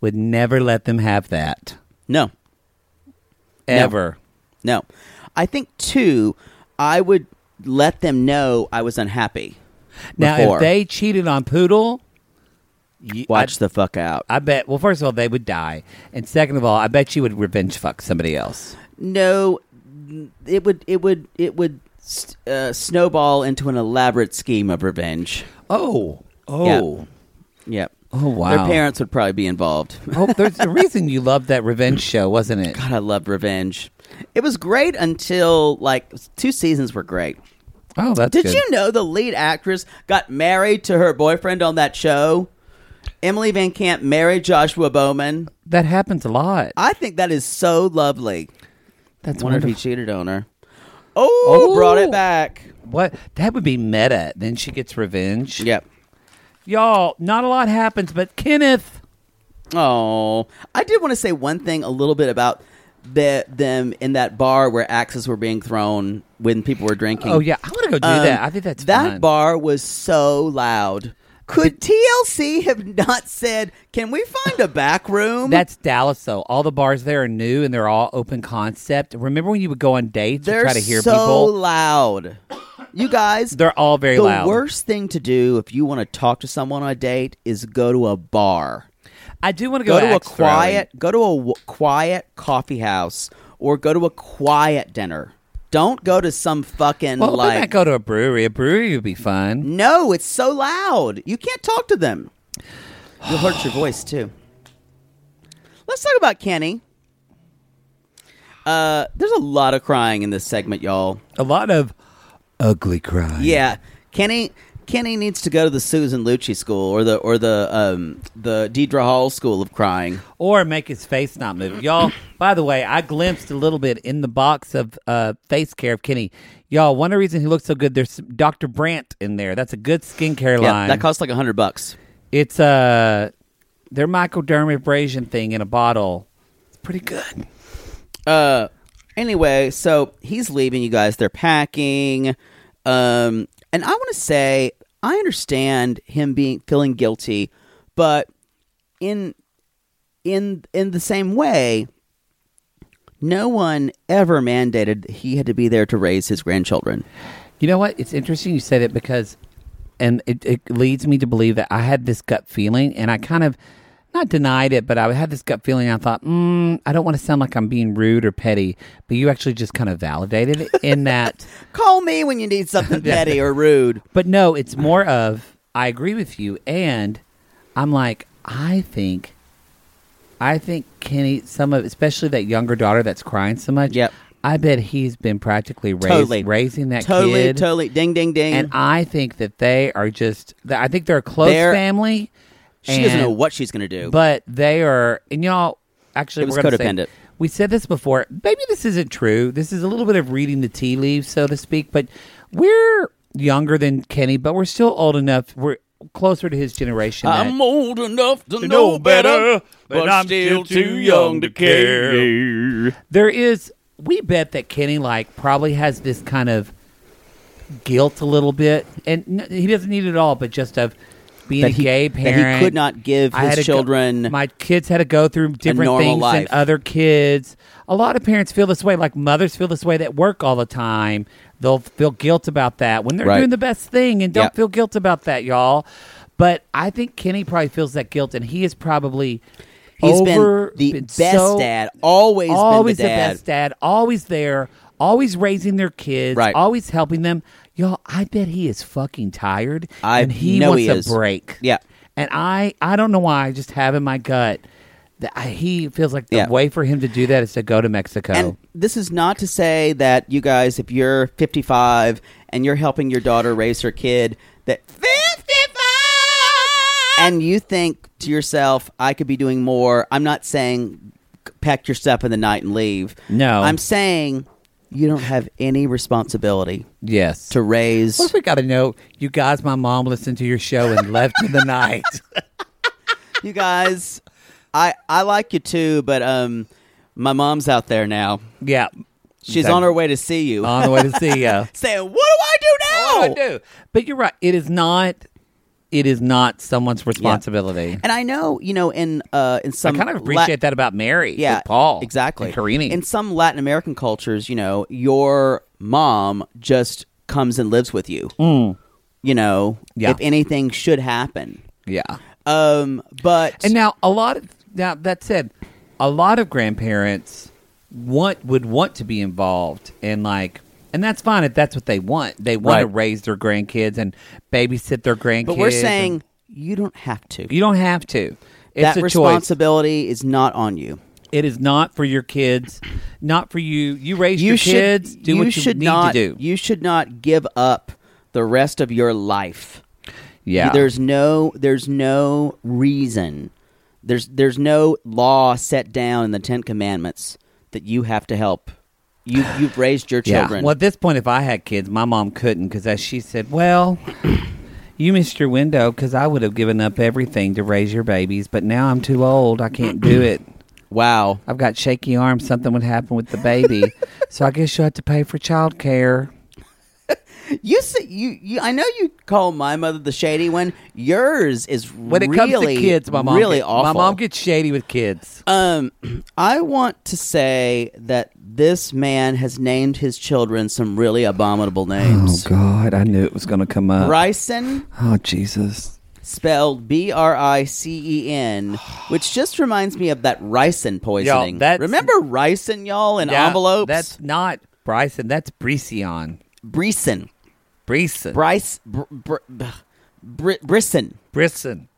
would never let them have that
No,
ever.
no. I think two, I would let them know I was unhappy.
Now,
before.
if they cheated on Poodle, you,
watch
I,
the fuck out.
I bet. Well, first of all, they would die, and second of all, I bet you would revenge fuck somebody else.
no, it would it would it would s- uh, snowball into an elaborate scheme of revenge.
Oh,
oh. Yep.
Oh, wow.
Their parents would probably be involved.
oh! There's a reason you loved that revenge show, wasn't it?
God, I loved revenge. It was great until like two seasons were great.
Oh, that's
Did
good.
you know the lead actress got married to her boyfriend on that show? Emily Van Camp married Joshua Bowman.
that happens a lot.
I think that is so lovely.
That's
wonder if
wonderful.
he cheated on her. Oh,
Oh.
brought it back.
What that would be meta. Then she gets revenge.
Yep.
y'all. Not a lot happens, but Kenneth.
Oh, I did want to say one thing a little bit about the, them in that bar where axes were being thrown when people were drinking.
Oh yeah, I want to go do
Um,
that. I think that's
that
fun.
bar was so loud. Could TLC have not said, "Can we find a back room?"
That's Dallas, though. All the bars there are new and they're all open concept. Remember when you would go on dates
They're
to try to hear
so
people?
loud. You guys,
They're all very
the
loud.
worst thing to do if you want to talk to someone on a date is go to a bar.
I do want to
Go
go,
to a
axe throwing.
quiet, go to a w- quiet coffee house, or go to a quiet dinner. Don't go to some fucking
Well, why not
like.
go to a brewery? A brewery would be fun.
No, it's so loud. You can't talk to them. You'll hurt your voice too. Let's talk about Kenny. Uh, there's a lot of crying in this segment, y'all.
A lot of ugly crying.
Yeah, Kenny. Kenny needs to go to the Susan Lucci school or the or the um, the Deidre Hall school of crying.
Or make his face not move. Y'all, by the way, I glimpsed a little bit in the box of uh, face care of Kenny. Y'all, one of the reasons he looks so good, there's some Dr. Brandt in there. That's a good skincare
Yeah,
line.
that costs like a hundred bucks.
It's uh, their microdermabrasion thing in a bottle. It's pretty good.
Uh, anyway, so he's leaving. You guys, they're packing. Um, and I want to say I understand him being feeling guilty, but in in in the same way, no one ever mandated that he had to be there to raise his grandchildren.
You know what? It's interesting you said it because, and it, it leads me to believe that I had this gut feeling, and I kind of not denied it, but I had this gut feeling. I thought, mm, I don't want to sound like I'm being rude or petty, but you actually just kind of validated it in that.
Call me when you need something petty or rude.
But no, it's more of I agree with you, and I'm like I think, I think Kenny, some of especially that younger daughter that's crying so much.
Yep.
I bet he's been practically raised,
Totally.
raising that
totally,
kid.
totally. Ding, ding, ding.
And I think that they are just. th- I think they're a close
They're-
family.
she doesn't
and-
know what she's going to do.
But they are, and y'all. Actually,
It was
we're gonna say-
codependent.
we said this before. Maybe this isn't true. This is a little bit of reading the tea leaves, so to speak. But we're younger than Kenny, but we're still old enough. We're closer to his generation. that-
I'm old enough to,
To
know
know
better,
better,
but
but I'm
still
still
too
too
young
young
to
to
care.
there is. We bet that Kenny like probably has this kind of guilt a little bit, and n- he doesn't need it at all, but just of. Being
That
a
he-
gay
that he could
parent,
not give
I
his
had to go-
children
my kids had to go through different
normal
things
life.
than other kids. A lot of parents feel this way, like mothers feel this way that work all the time. They'll feel guilt about that when they're
Right.
doing the best thing, and don't
Yeah.
feel guilt about that, y'all. But I think Kenny probably feels that guilt, and he is probably
He's been
over,
the
been
best
so-
dad, always been the
always
dad.
best dad, always there, always raising their kids,
Right.
always helping them. Y'all, I bet he is fucking tired,
I
and he
know
wants
he
a
is.
break.
Yeah.
And I, I don't know why. I just have in my gut that I, he feels like the
Yeah.
way for him to do that is to go to Mexico.
And this is not to say that you guys, if you're 55 and you're helping your daughter raise her kid, that 55 and you think to yourself, I could be doing more. I'm not saying pack your stuff in the night and leave.
No.
I'm saying you don't have any responsibility
yes.
to raise.
what if we got to know? You guys, my mom listened to your show and left in the night.
you guys, I I like you too, but um, my mom's out there now.
Yeah.
She's on her way to see you.
On the way to see you.
saying, Uh, "What do I do now?"
What do I do? But you're right. It is not. It is not someone's responsibility.
And I know, you know, in uh, in
I
some
kind of
Lat-
appreciate that about Mary.
Yeah,
with Paul,
exactly.
and Karini.
In some Latin American cultures, you know, your mom just comes and lives with you. You know,
Yeah.
if anything should happen.
yeah.
Um, but
And now a lot of now that said, a lot of grandparents want would want to be involved and like and that's fine if that's what they want. They want to
Right.
raise their grandkids and babysit their grandkids.
but we're
and-
saying you don't have to.
you don't have to. It's
that
a choice.
responsibility is not on you.
It is not for your kids, not for you. You raise
you
your
should,
kids, do
you
what you
should
need
not,
to do.
You should not give up the rest of your life.
yeah.
There's no there's no reason. There's there's no law set down in the Ten Commandments that you have to help. You you've raised your children.
Well, at this point, if I had kids, my mom couldn't because as she said, well, you missed your window because I would have given up everything to raise your babies, but now I'm too old. I can't do it.
wow.
I've got shaky arms. Something would happen with the baby. so I guess you'll have to pay for childcare.
You see, you, you. I know you call my mother the shady one. Yours is
When it comes
really-
to kids, my mom
really
get-
awful.
My mom gets shady with kids.
Um, I want to say that this man has named his children some really abominable names.
God, I knew it was going to come up.
Bryson,
Oh, Jesus.
spelled B R I C E N, which just reminds me of that ricin poisoning.
that's-
Remember ricin, y'all, in
Yeah,
envelopes?
That's not Bryson. That's Breesion.
Breeson.
Breeson.
Bryce. Br- br- br- Brisson.
Brisson.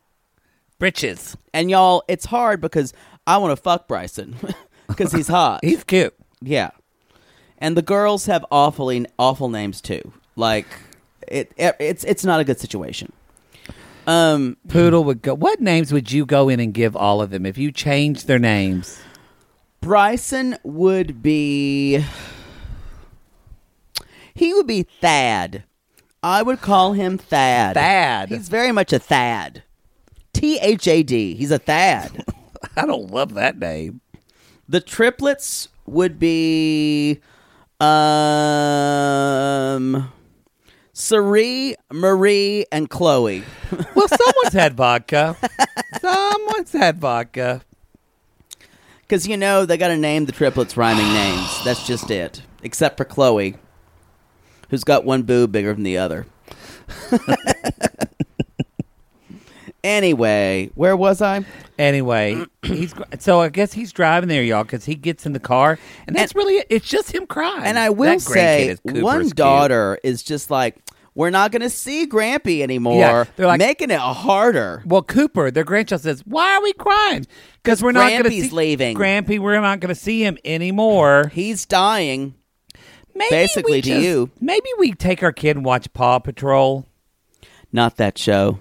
Britches.
And y'all, it's hard because I want to fuck Bryson because he's hot.
he's cute.
Yeah. And the girls have awfully awful names too. Like it, it it's it's not a good situation. Um
Poodle would go. What names would you go in and give all of them if you changed their names?
Bryson would be he would be Thad. I would call him Thad.
Thad.
He's very much a Thad. T H A D. He's a Thad.
I don't love that name.
The triplets would be um Sari, Marie, and Chloe.
Well, someone's had vodka. Someone's had vodka.
Because you know they got to name the triplets rhyming names. That's just it. Except for Chloe, who's got one boob bigger than the other. anyway, where was I?
Anyway, he's gr- so I guess he's driving there, y'all, because he gets in the car, and that's really it. It's just him crying.
And I will
That grandkid
say,
is Cooper
one
is cute.
daughter is just like, we're not going to see Grampy anymore.
Yeah, they're like-
making it harder.
Well, Cooper, their grandchild says, "Why are we crying? Because we're not going to
Grampy's
see
leaving.
Grampy, we're not going to see him anymore.
He's dying.
Maybe
Basically
we
to
just-
you.
Maybe we take our kid and watch Paw Patrol.
Not that show.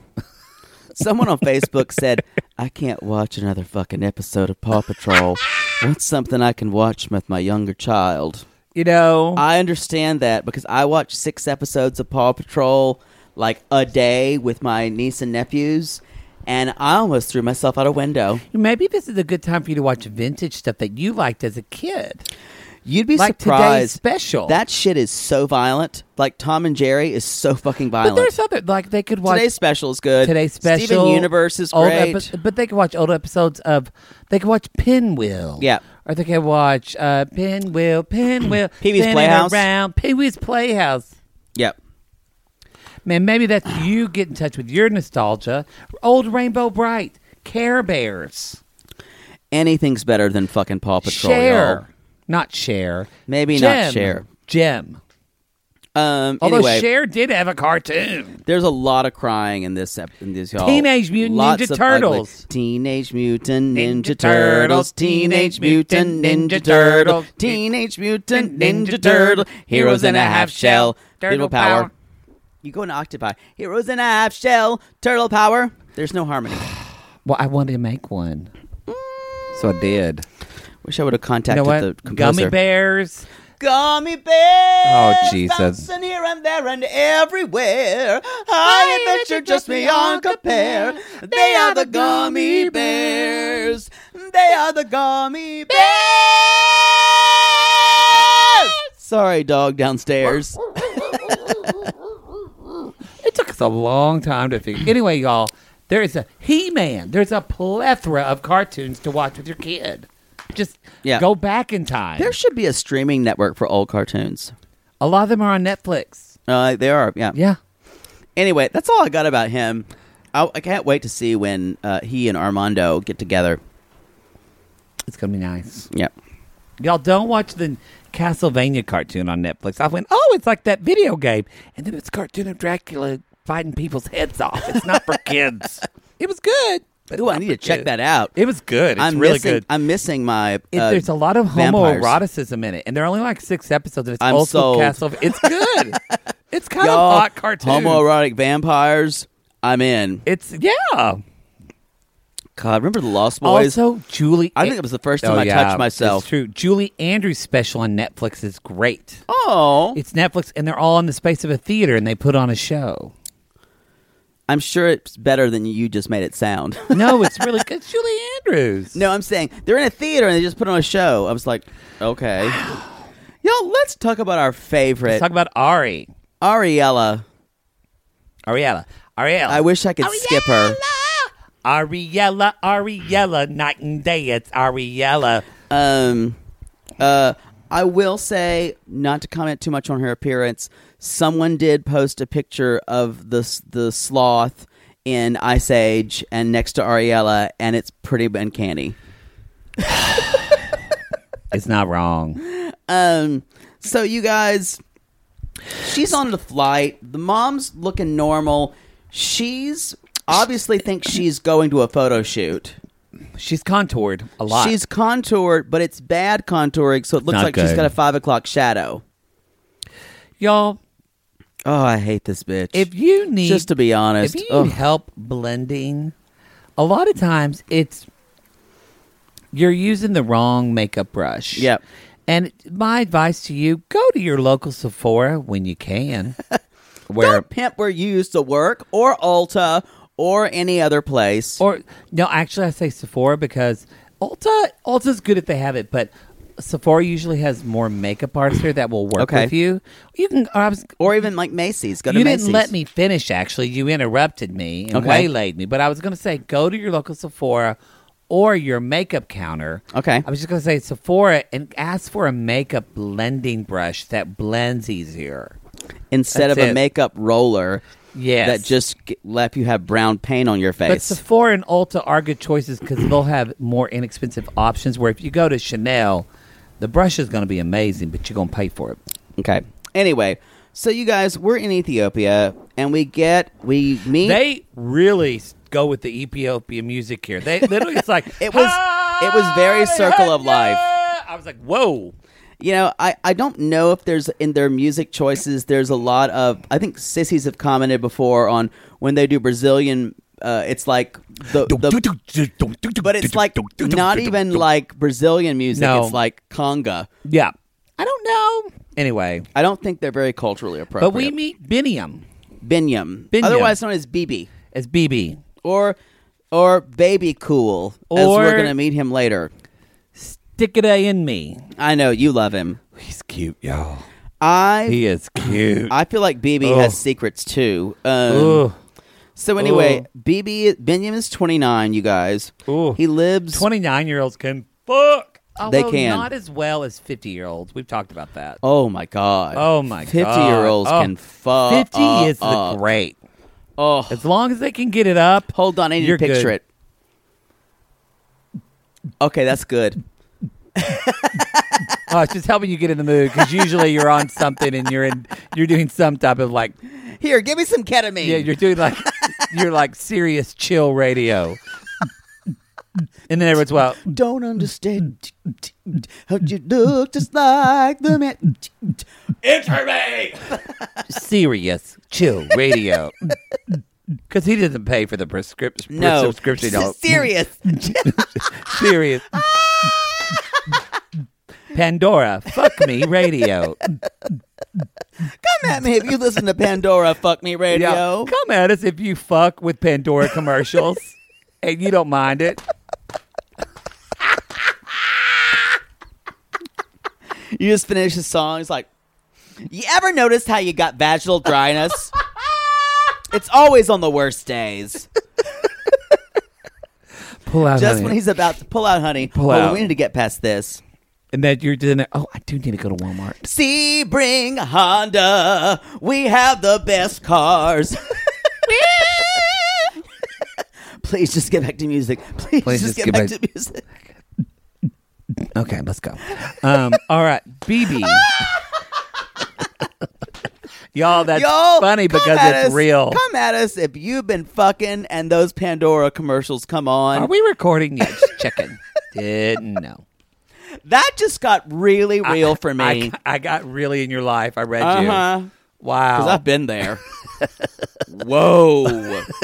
Someone on Facebook said, I can't watch another fucking episode of Paw Patrol. What's something I can watch with my younger child?
You know,
I understand that because I watch six episodes of Paw Patrol like a day with my niece and nephews, and I almost threw myself out a window.
maybe this is a good time for you to watch vintage stuff that you liked as a kid.
You'd be
Like today's
surprised.
special.
That shit is so violent. Like Tom and Jerry is so fucking
But
violent.
there's other like they could watch
Today's special is good.
Today's special.
Steven Universe is
old
great.
epi- but they could watch old episodes of. They could watch Pinwheel.
Yeah.
Or they could watch uh, Pinwheel, Pinwheel,
Pee Wee's
spinning
Playhouse.
around Pee Wee's Playhouse.
yep.
Man, maybe that's you get in touch with your nostalgia. Old Rainbow Bright, Care Bears,
Anything's better than fucking Paw Patrol. y'all.
Share, not Share.
Maybe
Gem.
not Cher.
Gem.
Um,
Although
anyway,
Cher did have a cartoon.
there's a lot of crying in this. Ep- in this y'all.
Teenage Mutant
Lots
Ninja
of ugly-
Turtles.
Teenage Mutant Ninja,
Ninja
Turtles.
Turtles.
Teenage Mutant Ninja
Ninja
Turtle.
Turtles.
Teenage Mutant Ninja Turtle. Heroes in a half shell. Turtle
Turtle
power.
power.
You go into Octopi. Heroes in a half shell. Turtle power. There's no harmony.
Well, I wanted to make one,
Mm.
so I did.
Wish I would have
You
contacted
know
the
what?
composer.
Gummy bears.
Gummy bears.
Oh, Jesus.
Bouncing here and there and everywhere. High adventure just beyond compare. They are the gummy bears. They are the gummy bears. Sorry, dog downstairs.
It took us a long time to figure. Anyway, y'all, there is a He-Man. There's a plethora of cartoons to watch with your kid. Just
Yeah.
go back in time.
There should be a streaming network for old cartoons.
a lot of them are on Netflix.
Uh, there are, yeah.
Yeah.
Anyway, that's all I got about him. I, I can't wait to see when uh, he and Armando get together.
It's going to be nice.
Yep.
Y'all don't watch the Castlevania cartoon on Netflix. I went, oh, it's like that video game. And then it's a cartoon of Dracula fighting people's heads off. It's not for kids. It was good. but
Ooh, I
not
need
for
to check
kids.
that out.
It was good. It's
I'm
really
missing,
good.
I'm missing my.
It,
uh,
there's a lot of
vampires.
homoeroticism in it, and there are only like six episodes. And it's
I'm
old school
sold.
Castle. It's good. it's kind
Y'all,
of hot cartoon.
Homoerotic vampires. I'm in.
It's yeah.
God, remember the Lost Boys?
Also, Julie.
I think it was the first time
Oh,
I
yeah,
touched myself.
It's true. Julie Andrews' special on Netflix is great.
oh,
It's Netflix, and they're all in the space of a theater, and they put on a show.
I'm sure it's better than you just made it sound.
No, it's really good. It's Julie Andrews.
no, I'm saying they're in a theater and they just put on a show. I was like, okay. Y'all, let's talk about our favorite
Let's talk about Ari.
Ariella.
Ariella. Ariella.
I wish I could
Oh,
skip her.
Ariella, Ariella, night and day. It's Ariella.
Um, uh, I will say, not to comment too much on her appearance, someone did post a picture of the s- the sloth in Ice Age and next to Ariella, and it's pretty uncanny.
It's not wrong.
Um, so you guys, she's on the flight. The mom's looking normal. She's obviously thinks she's going to a photo shoot.
She's contoured a lot.
She's contoured, but it's bad contouring, so it looks
Not
like she's
good.
got a five o'clock shadow.
Y'all,
Oh, I hate this bitch.
if you need
Just to be honest,
if you
Ugh.
need help blending, a lot of times it's you're using the wrong makeup brush.
Yep.
And my advice to you: go to your local Sephora when you can. where
don't pimp where you used to work, or Ulta, or any other place.
or no, actually, I say Sephora because Ulta Ulta's good if they have it, but Sephora usually has more makeup artists there that will work
Okay.
with you. You can. I was
or even like Macy's. Go to
you
Macy's.
didn't let me finish actually you interrupted me and
Okay.
waylaid me but i was going to say go to your local sephora or your makeup counter
Okay.
i was just going to say sephora and ask for a makeup blending brush that blends easier
instead of
That's
a
it.
makeup roller.
Yes.
that just g- let you have brown paint on your
but
face.
sephora and ulta are good choices because they'll have more inexpensive options where if you go to chanel the brush is going to be amazing but you're going to pay for it
okay. Anyway, so you guys, we're in Ethiopia, and we get we meet.
they really s- go with the ethiopia music here they literally it's like
it was it was very circle of life.
i was like whoa
You know, I, I don't know if there's in their music choices, there's a lot of. I think sissies have commented before on when they do Brazilian, uh, it's like. The, the, but it's like not even like Brazilian music,
No.
it's like conga.
Yeah. I don't know. Anyway,
I don't think they're very culturally appropriate.
but we meet Biniam
Binyam.
Binyam.
Otherwise known as BB.
as BB.
Or. Or baby cool, as we're
Or-
gonna meet him later.
Stick it a in me.
I know you love him.
He's cute, y'all.
I
He is cute.
I feel like BB has secrets too. Um,
Ooh.
So anyway, BB Binyam is 29, you guys.
Ooh.
He lives
29 year olds can fuck.
They
Although
can.
Not as well as 50 year olds. We've talked about that.
Oh my god.
Oh, my
50
God.
year olds
Oh.
can fuck
50 is the
up.
great.
Oh.
As long as they can get it up.
Hold on, I need
You're
to picture
good.
it. Okay, that's good.
Oh, it's just helping you get in the mood because usually you're on something and you're in, you're doing some type of like
Here, give me some ketamine.
Yeah, you're doing like you're like serious chill radio. and then everyone's well,
Don't understand how you look just like the man.
serious chill radio. Because he doesn't pay for the prescrip-
No
subscription. no.
serious.
serious. Pandora, fuck me radio.
Come at me if you listen to Pandora. Fuck me
Yeah,
radio.
Come at us if you fuck with Pandora commercials and you don't mind it.
You just finish the song. It's like, you ever noticed how you got vaginal dryness? it's always on the worst days.
Pull out
Just
honey.
when he's about to pull out, honey.
Pull
oh,
out.
We need to get past this.
and that you're doing it. Oh, I do need to go to Walmart.
Sebring Honda, we have the best cars. Please just get back to music. Please, just, get, back, to music.
Okay, let's go. Um, all right, BB. Y'all, that's
Yo,
funny
come
because
at
it's
us.
real.
Come at us if you've been fucking and those Pandora commercials come on.
Are we recording yet? Just checking. Didn't know.
that just got really real for
I,
me.
got- I got really in your life. I read
Uh
you.
huh.
Wow.
Because I've been there. Whoa.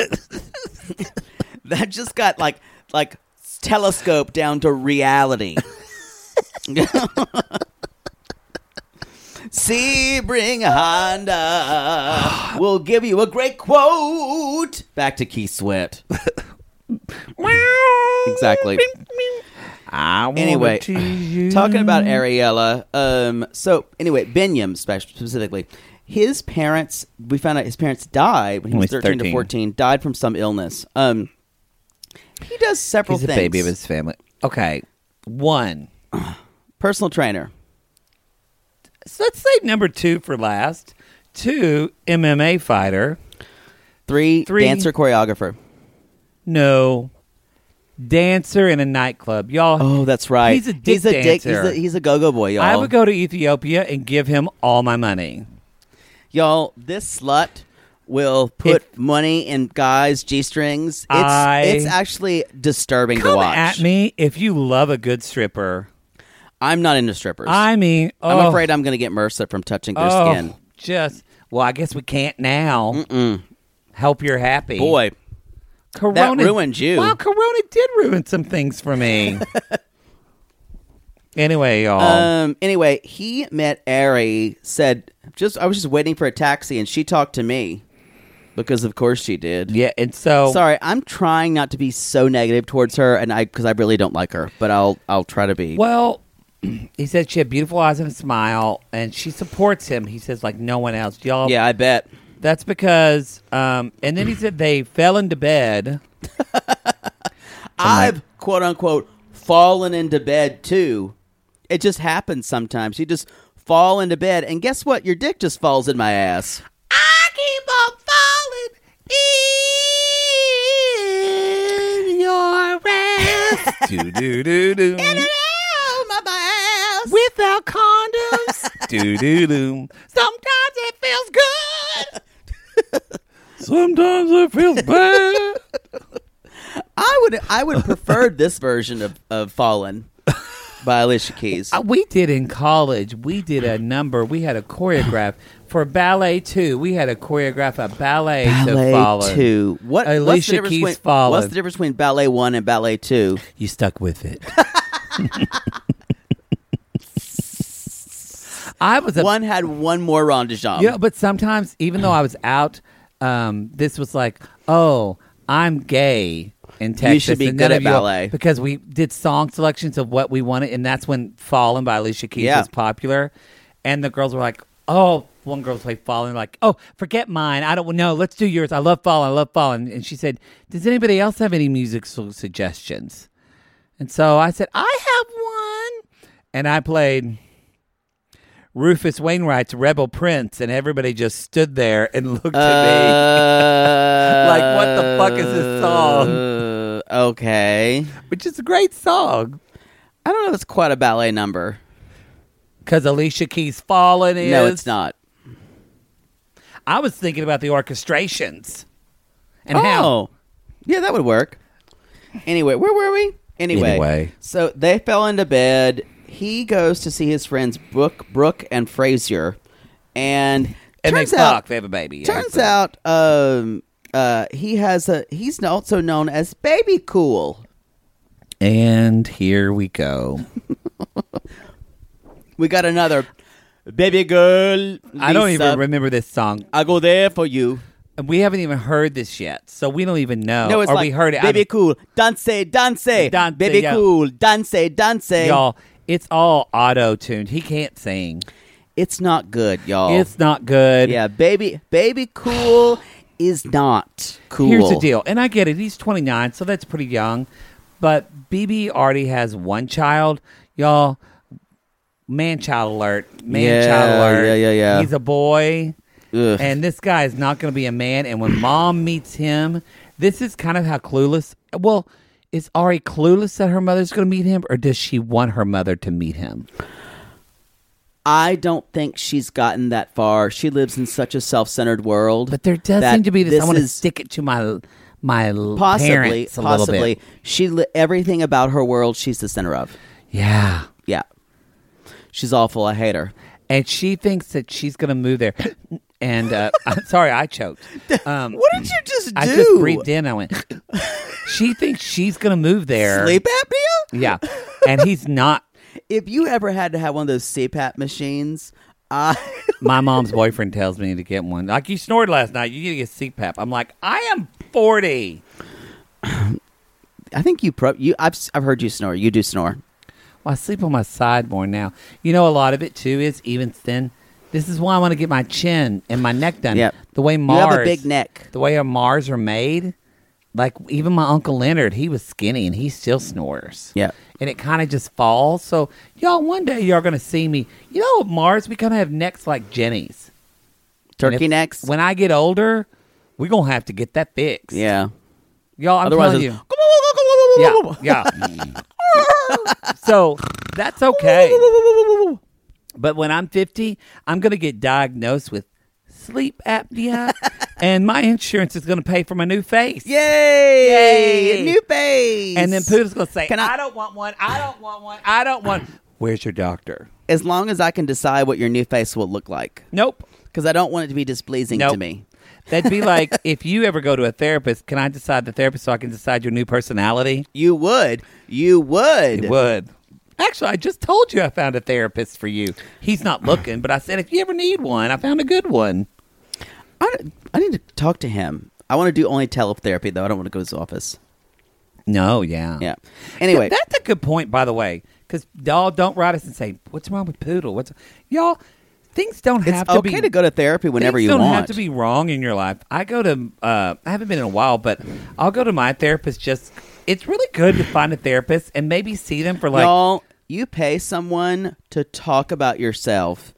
that just got like like telescope down to reality. Sebring Honda will give you a great quote. Back to Key Sweat. exactly.
I wanna
Anyway,
tease you.
talking about Ariella. Um, so anyway, Binyam spe- specifically, his parents, we found out his parents died when he
When
was
he was
13, to
13.
14, died from some illness. Um, he does several
He's a
things.
baby of his family. Okay, one
personal trainer.
So let's save number two for last. Two MMA fighter.
Three, dancer choreographer.
No, dancer in a nightclub, y'all.
Oh, that's right.
He's a dick
He's a dick-
dancer.
he's a- he's a go-go boy, y'all.
I would go to Ethiopia and give him all my money.
Y'all, this slut will put money in guys' G strings. It's,
I-
it's actually disturbing to
Come
watch.
at me if you love a good stripper.
I'm not into strippers.
I mean,
I'm
oh.
afraid I'm going to get MRSA from touching their
Oh,
skin.
Just well, I guess we can't now. Help you're happy,
Boy,
Corona
ruined you.
Well, Corona did ruin some things for me. anyway, y'all.
Um. Anyway, he met Ari. Said, "Just I was just waiting for a taxi, and she talked to me, because of course she did."
yeah, Oh. and so
Sorry, I'm trying not to be so negative towards her, and I because I really don't like her, but I'll I'll try to be.
Well, he said she had beautiful eyes and a smile, and she supports him. He says like no one else, y'all.
Yeah, I bet.
That's because. Um, and then he said they fell into bed.
I've quote unquote fallen into bed too. It just happens sometimes. You just fall into bed, and guess what? Your dick just falls in my ass.
I keep on falling in your ass.
do do do do
Without condoms,
do do do.
sometimes it feels good.
Sometimes it feels bad.
I would I would prefer this version of, of Fallen by Alicia Keys.
Uh, We did in college. We did a number. We had a choreograph for ballet too. We had a choreograph a ballet, to follow.
two. What
Alicia
what's the difference
Keys
between,
Fallen.
What's the difference between ballet one and ballet two?
You stuck with it. I was a,
one had one more rond de jambe.
yeah, but sometimes even though I was out, um, this was like, oh, I'm gay in Texas.
should be
and none
good
of
at
you-
ballet.
because we did song selections of what we wanted, and that's when "Fallen" by Alicia Keys
Yeah.
was popular, and the girls were like, oh. One girl played Fallen, like, oh, forget mine. I don't know. Let's do yours. I love Fallen. I love Fallen. And she said, Does anybody else have any music su- suggestions? And so I said, I have one. And I played Rufus Wainwright's Rebel Prince, and everybody just stood there and looked
Uh.
at me. like, what the fuck is this song?
Uh, okay,
Which is a great song.
I don't know. if It's quite a ballet number.
Because Alicia Keys' Fallen is.
No, it's not.
I was thinking about the orchestrations and how.
Oh. yeah, that would work. Anyway, where were we? Anyway,
Anyway.
so they fell into bed. He goes to see his friends Brooke, Brooke, and Frazier, and
And
turns
they
out,
fuck. They have a baby. Yeah,
Turns
so-
out, um, uh, he has a. He's also known as Baby Cool.
And here we go.
We got another baby girl.
I don't
Lisa.
even remember this song.
I go there for you.
And we haven't even heard this yet, so we don't even know.
no, it's
Oh, or
like
we heard it.
Baby
I'm-
Cool, dance, dance,
Dance,
baby
yeah.
Cool, dance, dance.
y'all. It's all auto tuned. He can't sing.
It's not good, y'all.
It's not good.
Oh. Yeah, baby, baby, cool is not cool.
Here's the deal, and I get it. He's 29, so that's pretty young. But BB already has one child, y'all. Man child alert. Man child
Yeah,
alert.
yeah, yeah, yeah.
He's a boy,
Ugh.
and this guy is not going to be a man. And when mom meets him, this is kind of how clueless. Well, is Ari clueless that her mother's going to meet him, or does she want her mother to meet him?
I don't think she's gotten that far. She lives in such a self-centered world.
But there does
that
seem to be this. I want to
is
stick it to my my
possibly,
parents a little
possibly.
bit.
She li- everything about her world, she's the center of.
Yeah.
Yeah, she's awful. I hate her.
and she thinks that she's gonna move there. And uh, I'm sorry, I choked. Um,
What did you just do?
I just breathed in. I went. she thinks she's gonna move there.
Sleep apnea.
Yeah, and he's not.
If you ever had to have one of those CPAP machines, I
My mom's boyfriend tells me to get one. Like you snored last night. You need to get CPAP. I'm like, I am forty.
I think you pro you I've s- I've heard you snore. You do snore.
Well, I sleep on my side more now. You know, a lot of it too is even then. This is why I want to get my chin and my neck done.
Yep.
The way
You
Mars,
have a big neck.
The way our Mars are made, like even my uncle Leonard, he was skinny and he still snores.
Yep.
And it kind of just falls. So y'all, one day y'all gonna see me. You know, Mars, we kind of have necks like Jenny's.
Turkey
necks. When I get older, we're gonna have to get that fixed.
Yeah.
Y'all, I'm
Otherwise
telling
it's-
you. Yeah, yeah. so that's okay. But when I'm 50, I'm going to get diagnosed with sleep apnea, and my insurance is going to pay for my new face.
Yay! A new face.
And then Poodle's going to say,
Can I-
I-, don't want one. I don't want one. I don't want. Where's your doctor?
As long as I can decide what your new face will look like.
Nope.
Because I don't want it to be displeasing to
Nope.
me.
That'd be like if you ever go to a therapist, can I decide the therapist so I can decide your new personality?
You would. You would.
You would. Actually, I just told you I found a therapist for you. He's not looking, but I said, if you ever need one, I found a good one.
I need to talk to him. I want to do only teletherapy though. I don't want to go to his office.
No, yeah.
Yeah. Anyway,
Th- that's a good point, by the way, because y'all don't write us and say, "What's wrong with Poodle?" What's y'all? Things don't
it's
have to
okay
be.
to go to therapy whenever
things
you
don't
want.
have to be wrong in your life. I go to. Uh, I haven't been in a while, but I'll go to my therapist. Just it's really good to find a therapist and maybe see them for like.
Y'all, you pay someone to talk about yourself.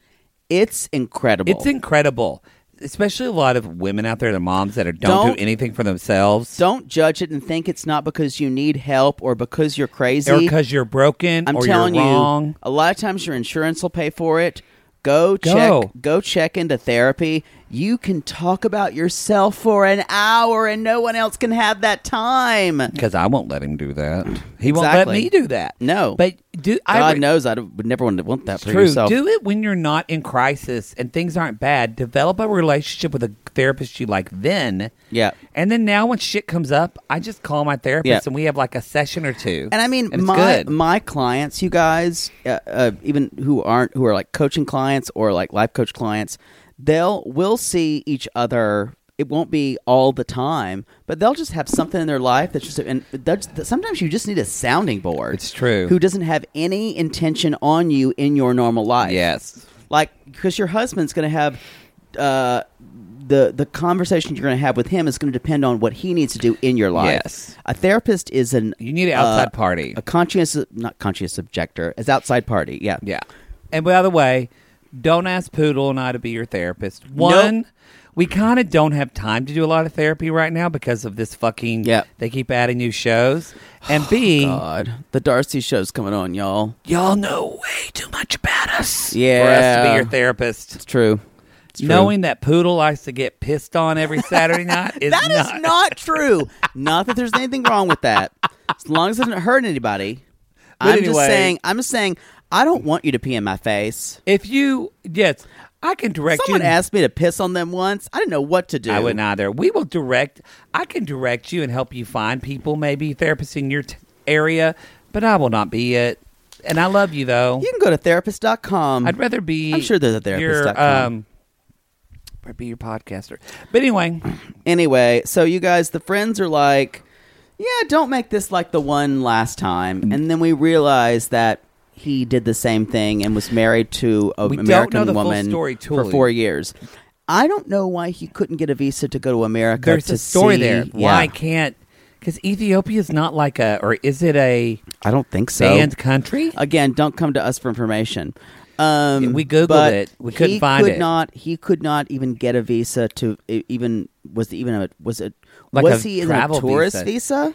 It's incredible.
It's incredible, especially a lot of women out there, the moms that are don't,
Don't-
do anything for themselves,
don't judge it and think it's not because you need help or because you're crazy.
or because you're broken,
I'm
or
telling
you're wrong.
you, a lot of times your insurance will pay for it. Go
Go.
check go check into therapy. You can talk about yourself for an hour and no one else can have that time.
Because I won't let him do that. He won't let
Exactly.
me do that.
No.
But do I
God
re-
knows I would never want to want that for
True.
yourself.
Do it when you're not in crisis and things aren't bad. Develop a relationship with a therapist you like then.
Yeah.
And then now when shit comes up, I just call my therapist
Yeah.
and we have like a session or two.
And I mean,
it's
my
good.
my clients, you guys, uh, uh, even who aren't who are like coaching clients or like life coach clients, they'll we'll see each other. It won't be all the time, but they'll just have something in their life that's just. And that's, sometimes you just need a sounding board. It's
true.
Who doesn't have any intention on you in your normal life?
Yes.
Like because your husband's going to have. Uh, the, the conversation you're going to have with him is going to depend on what he needs to do in your life.
Yes.
A therapist is an
You need an outside
uh,
party.
a conscious not conscious objector as outside party yeah
Yeah. And by the way, don't ask Poodle and I to be your therapist. One, we kind of don't have time to do a lot of therapy right now because of this fucking.
Yeah. Oh,
They keep adding new shows. And B,
god the darcy show's coming on y'all
y'all know way too much about us.
Yeah.
For us to be your therapist.
it's true it's true.
Knowing that Poodle likes to get pissed on every Saturday night is
that
not.
is not true not that there's anything wrong with that as long as it doesn't hurt anybody
But
i'm just
anyway-
saying i'm just saying i don't want you to pee in my face
If you yes, I can direct
someone
you.
asked me to piss on them once i didn't know what to do
I wouldn't either. We will direct. I can direct you and help you find people, maybe therapists in your t- area, but I will not be it. And I love you though.
you can go to therapist.com
I'd rather be.
I'm sure there's a therapist.com.
Your, um, or be your podcaster. But anyway,
anyway, so you guys, the friends are like, yeah, don't make this like the one last
Mm.
time. And then we realize that he did the same thing and was married to an
We don't
American
know the full
woman
story,
for
Tuli.
four years. I don't know why he couldn't get a visa to go to America.
there's
to
a story
see-
there.
Yeah.
Why can't? Because Ethiopia is not like a, or is it a
I don't think so. uh,
banned country?
Again, don't come to us for information. Um,
We Googled
but
it. We couldn't
he
find
could
it.
Not he could not even get a visa to e- even was it even a was it
Like
was
a
he in a
travel
tourist
visa.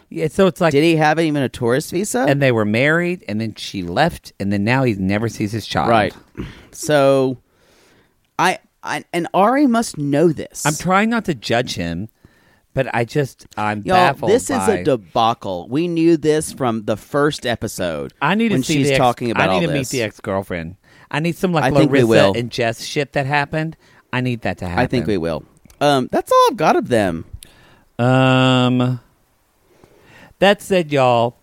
visa?
Yeah, so it's like
Did he have even a tourist visa?
and they were married, and then she left, and then now he never sees his child.
right. So, I, I and Ari must know this.
I'm trying not to judge him, but I just I'm
Y'all,
baffled.
this is a
by-
debacle. We knew this from the first episode.
I need to
when
see
she's
the ex-
talking about
I need
all
to
this.
meet the ex girlfriend. I need some
I
like
think we
Larissa
will.
and Jess shit that happened. I need that to happen.
I think we will. Um, that's all I've got of them.
Um. That said, y'all,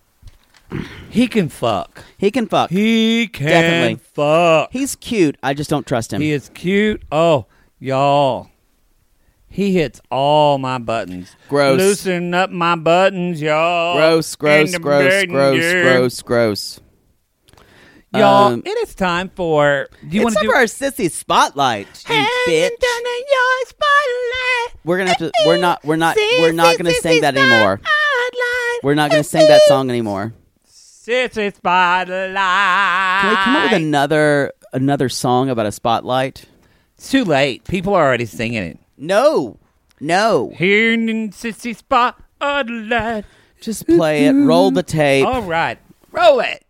he can fuck.
He can fuck.
He can
Definitely.
fuck.
He's cute. I just don't trust him.
He is cute. Oh, y'all. He hits all my buttons.
Gross.
Loosen up my buttons, y'all.
gross, gross,
And-
gross, gross, gross, gross.
Y'all,
Um,
it is time for. Do you
it's
want to
time
do
for our sissy spotlight, you bitch. We're gonna have to. We're not. We're not. We're not gonna sing that anymore. We're not gonna sing that song anymore.
Sissy Spotlight?
Can we come up with another another song about a spotlight?
It's too late. People are already singing it.
No, no.
Here in Sissy Spotlight.
Just play it. Roll the tape.
All right. Roll it.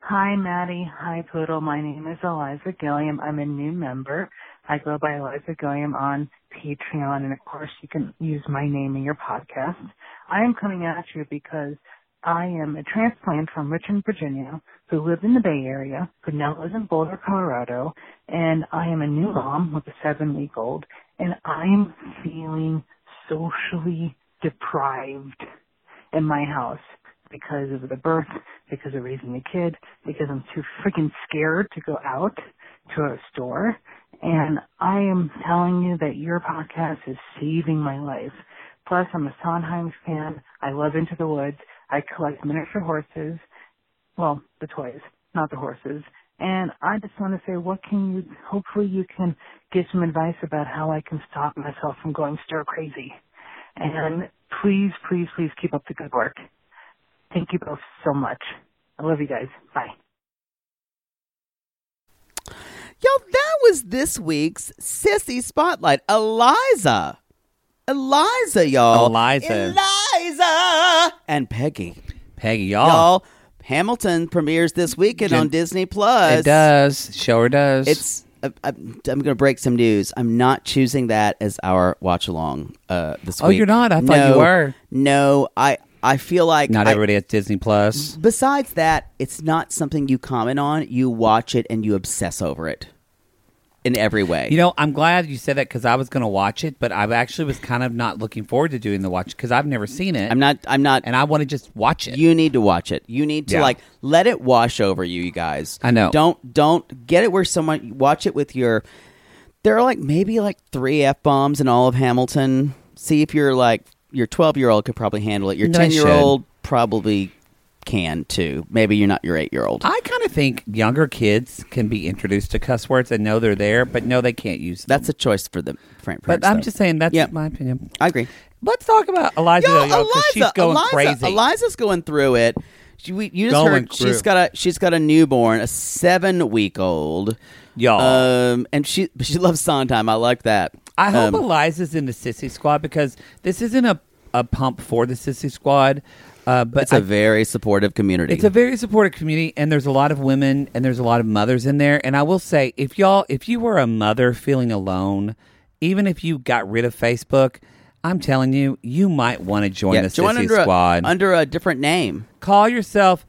Hi, Maddie. Hi, Poodle. My name is Eliza Gilliam. I'm a new member. I go by Eliza Gilliam on Patreon, and of course, you can use my name in your podcast. I am coming at you because I am a transplant from Richmond, Virginia, who lived in the Bay Area, who now lives in Boulder, Colorado, and I am a new mom with a seven week old, and I'm feeling socially deprived in my house because of the birth, because of raising the kid, because I'm too freaking scared to go out to a store. And I am telling you that your podcast is saving my life. Plus, I'm a Sondheim fan. I love Into the Woods. I collect miniature horses. Well, the toys, not the horses. And I just want to say, what can you, hopefully you can give some advice about how I can stop myself from going stir crazy. And please, please, please keep up the good work. Thank you both so much. I love you guys. Bye.
Y'all, that was this week's Sissy Spotlight. Eliza. Eliza, y'all.
Eliza.
Eliza. And Peggy.
Peggy,
Y'all.
y'all.
Hamilton premieres this weekend
Oh. Gen-
on Disney Plus.
It does. Sure does.
It's. I- I- I'm going to break some news. I'm not choosing that as our watch along uh, this
Oh,
week.
you're not? I thought you
No.
were.
No, I I feel like
Not
I-
everybody has Disney Plus.
Besides that, it's not something you comment on. You watch it and you obsess over it in every way.
You know, I'm glad you said that because I was going to watch it, but I actually was kind of not looking forward to doing the watch because I've never seen it.
I'm not. I'm not.
And I want to just watch it.
You need to watch it. You need to
Yeah.
like let it wash over you, you guys.
I know.
Don't don't get it where someone watch it with your. There are like maybe like three f bombs in all of Hamilton. See if you're like your twelve year old could probably handle it. Your
They
ten year old probably can too. Maybe you're not your eight year old.
I kind of think younger kids can be introduced to cuss words and know they're there, but no, they can't use them.
That's a choice for them. Frank,
But I'm just saying that's my opinion.
I agree.
Let's talk about Eliza.
Yo,
though, y'all, 'cause she's going
Eliza,
crazy.
Eliza's going through it. She, we, you just
Going
heard she's
through.
got a she's got a newborn, a seven week old.
Y'all.
um, and she but she loves Sondheim. I like that.
I
Um,
hope Eliza's in the sissy squad because this isn't a, a pump for the sissy squad. Uh, but
it's a
I-
very supportive community.
It's a very supportive community, and there's a lot of women and there's a lot of mothers in there. And I will say, if y'all, if you were a mother feeling alone, even if you got rid of Facebook, I'm telling you, you might want to join
Yeah,
the
join
Sissy
under a-
Squad.
under a different name.
Call yourself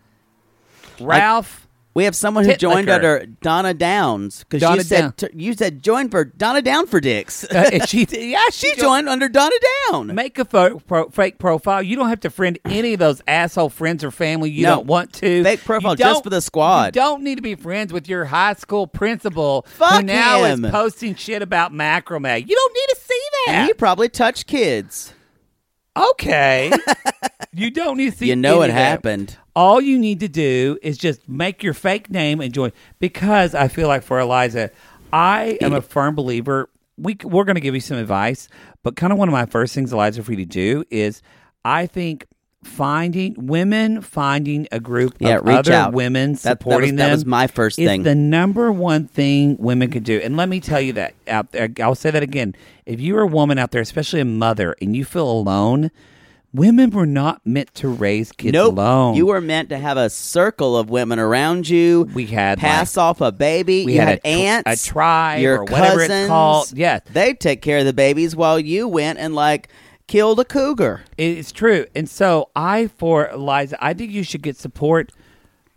Ralph.
we have someone who joined
Titlicker.
under Donna Downs because you
Donna
said t- you said join for Donna Down for dicks.
Uh, and she, yeah, she,
joined under Donna Down.
Make a fo- pro- fake profile. You don't have to friend any of those asshole friends or family you
No.
don't want to.
Fake profile
You
just
don't-
for the squad.
You don't need to be friends with your high school principal who
Fuck
now
him.
is posting shit about macrame. You don't need to see that.
and he probably touched kids.
Okay. you don't need to see
You know
any
it
of that.
happened.
All you need to do is just make your fake name and join. Because I feel like for Eliza, I am a firm believer. We, c- we're going to give you some advice, but kind of one of my first things, Eliza, for you to do is I think finding women finding a group
Yeah,
of
reach
other
out.
women
That- that was-
supporting
that
them
was my first
is
thing.
the number one thing women could do. And let me tell you that out there, I'll say that again. If you're a woman out there, especially a mother, and you feel alone, women were not meant to raise kids
nope.
alone.
You were meant to have a circle of women around you. We
had,
pass off a baby.
we
you
had
had,
a tr-
aunts,
a tribe
your
or whatever it's
cousins.
called. Yes.
they take care of the babies while you went and like killed a cougar.
it's true. And so I, for Eliza, I think you should get support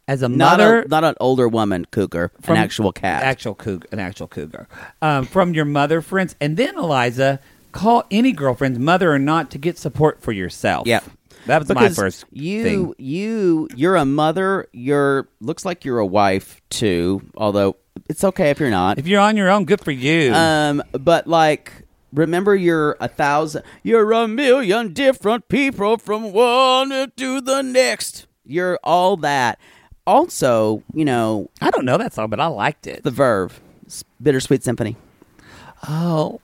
as a
Not
mother.
a, not an older woman cougar,
From-
an actual cat.
Actual cougar, an actual cougar um, from your mother friends, and then Eliza, call any girlfriend's mother or not to get support for yourself.
Yeah.
that was
because
my first
you
thing.
you you're a mother. You're looks like you're a wife too. Although it's okay if you're not.
If you're on your own, good for you.
Um, but like, remember, you're a thousand, you're a million different people from one to the next. You're all that. also, you know,
I don't know that song, but I liked it.
The Verve, S- Bittersweet Symphony.
Oh,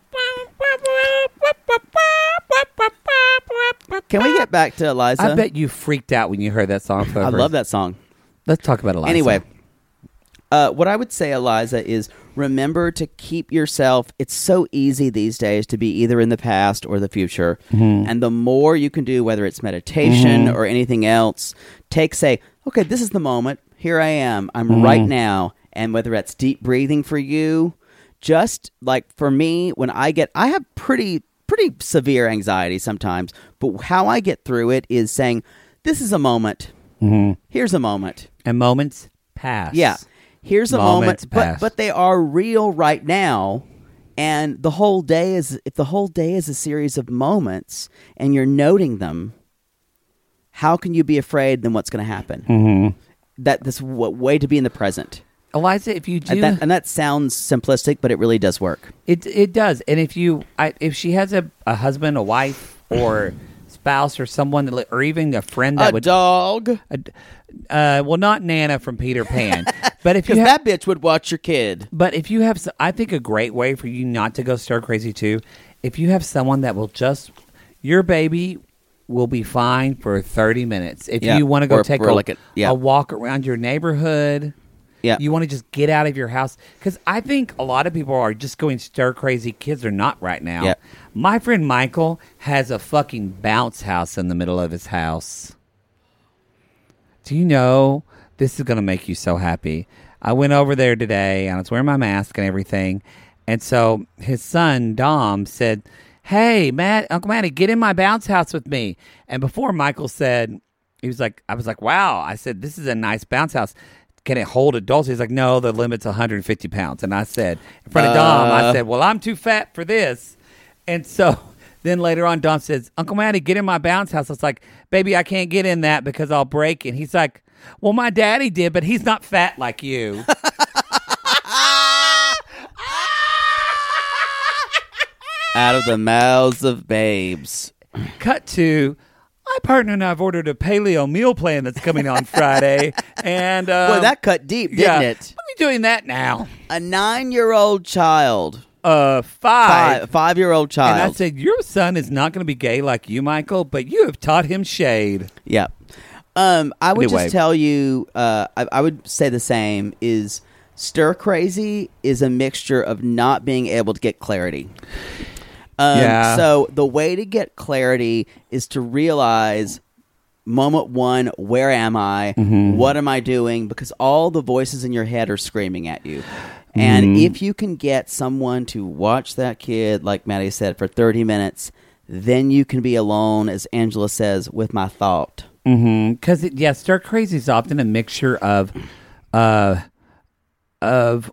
Can we get back to Eliza?
Ah! I bet you freaked out when you heard that song. For
I love that song.
Let's talk about Eliza.
Anyway, uh, what I would say, Eliza, is remember to keep yourself. It's so easy these days to be either in the past or the future.
Mhm.
And the more you can do, whether it's meditation
Mhm.
or anything else, take, say, okay, this is the moment. Here I am. I'm
Mhm.
right now. And whether that's deep breathing for you, just like for me, when I get, I have pretty, pretty severe anxiety sometimes. But how I get through it is saying, this is a moment.
Mhm.
Here's a moment.
And moments pass.
Yeah. Here's a
Moments
moment, but
pass.
but they are real right now. And the whole day is if the whole day is a series of moments and you're noting them, how can you be afraid then what's going to happen?
Mm-hmm.
That this w- way to be in the present.
Eliza, if you do,
and that, and that sounds simplistic, but it really does work.
It it does. And if you I, if she has a, a husband, a wife, or spouse, or someone, that, li- or even a friend that
A
would
dog.
uh, well, not Nana from Peter Pan, but if you
'Cause
have,
that bitch would watch your kid.
But if you have, s- I think a great way for you not to go stir crazy too, if you have someone that will just your baby will be fine for thirty minutes. If
Yeah,
you want to go
or-
take
or
a,
like a- yeah.
a walk around your neighborhood.
Yeah.
You want to just get out of your house because I think a lot of people are just going stir crazy. Kids are not right now.
Yeah.
My friend Michael has a fucking bounce house in the middle of his house. Do you know this is going to make you so happy? I went over there today and I was wearing my mask and everything. And so his son, Dom, said, Hey, Matt, Uncle Matty, get in my bounce house with me. And before Michael said, he was like, I was like, wow. I said, this is a nice bounce house. Can it hold adults? He's like, no, the limit's 150 pounds. And I said, in front of Dom, I
Uh.
said, well, I'm too fat for this. And so then later on, Dom says, Uncle Matty, get in my bounce house. I was like, baby, I can't get in that because I'll break it. He's like, well, my daddy did, but he's not fat like you.
Out of the mouths of babes.
Cut to my partner and I have ordered a paleo meal plan that's coming on Friday. And um,
Boy, that cut deep, didn't
yeah.
it?
Let me doing that now.
A nine-year-old child.
Uh, five.
Five. Five-year-old child.
And I said, Your son is not going to be gay like you, Michael, but you have taught him shade.
Yeah. Um, I would
Anyway.
just tell you, uh, I, I would say the same is stir crazy is a mixture of not being able to get clarity. Um,
Yeah.
So the way to get clarity is to realize moment one, where am I?
Mm-hmm.
Mhm.
What am I doing? Because all the voices in your head are screaming at you. And
Mm-hmm.
Mhm.
if you can get someone to watch that kid, like Maddie said, for 30 minutes, then you can be alone, as Angela says, with my thought.
Because Mm-hmm. yeah, stir crazy is often a mixture of, uh, of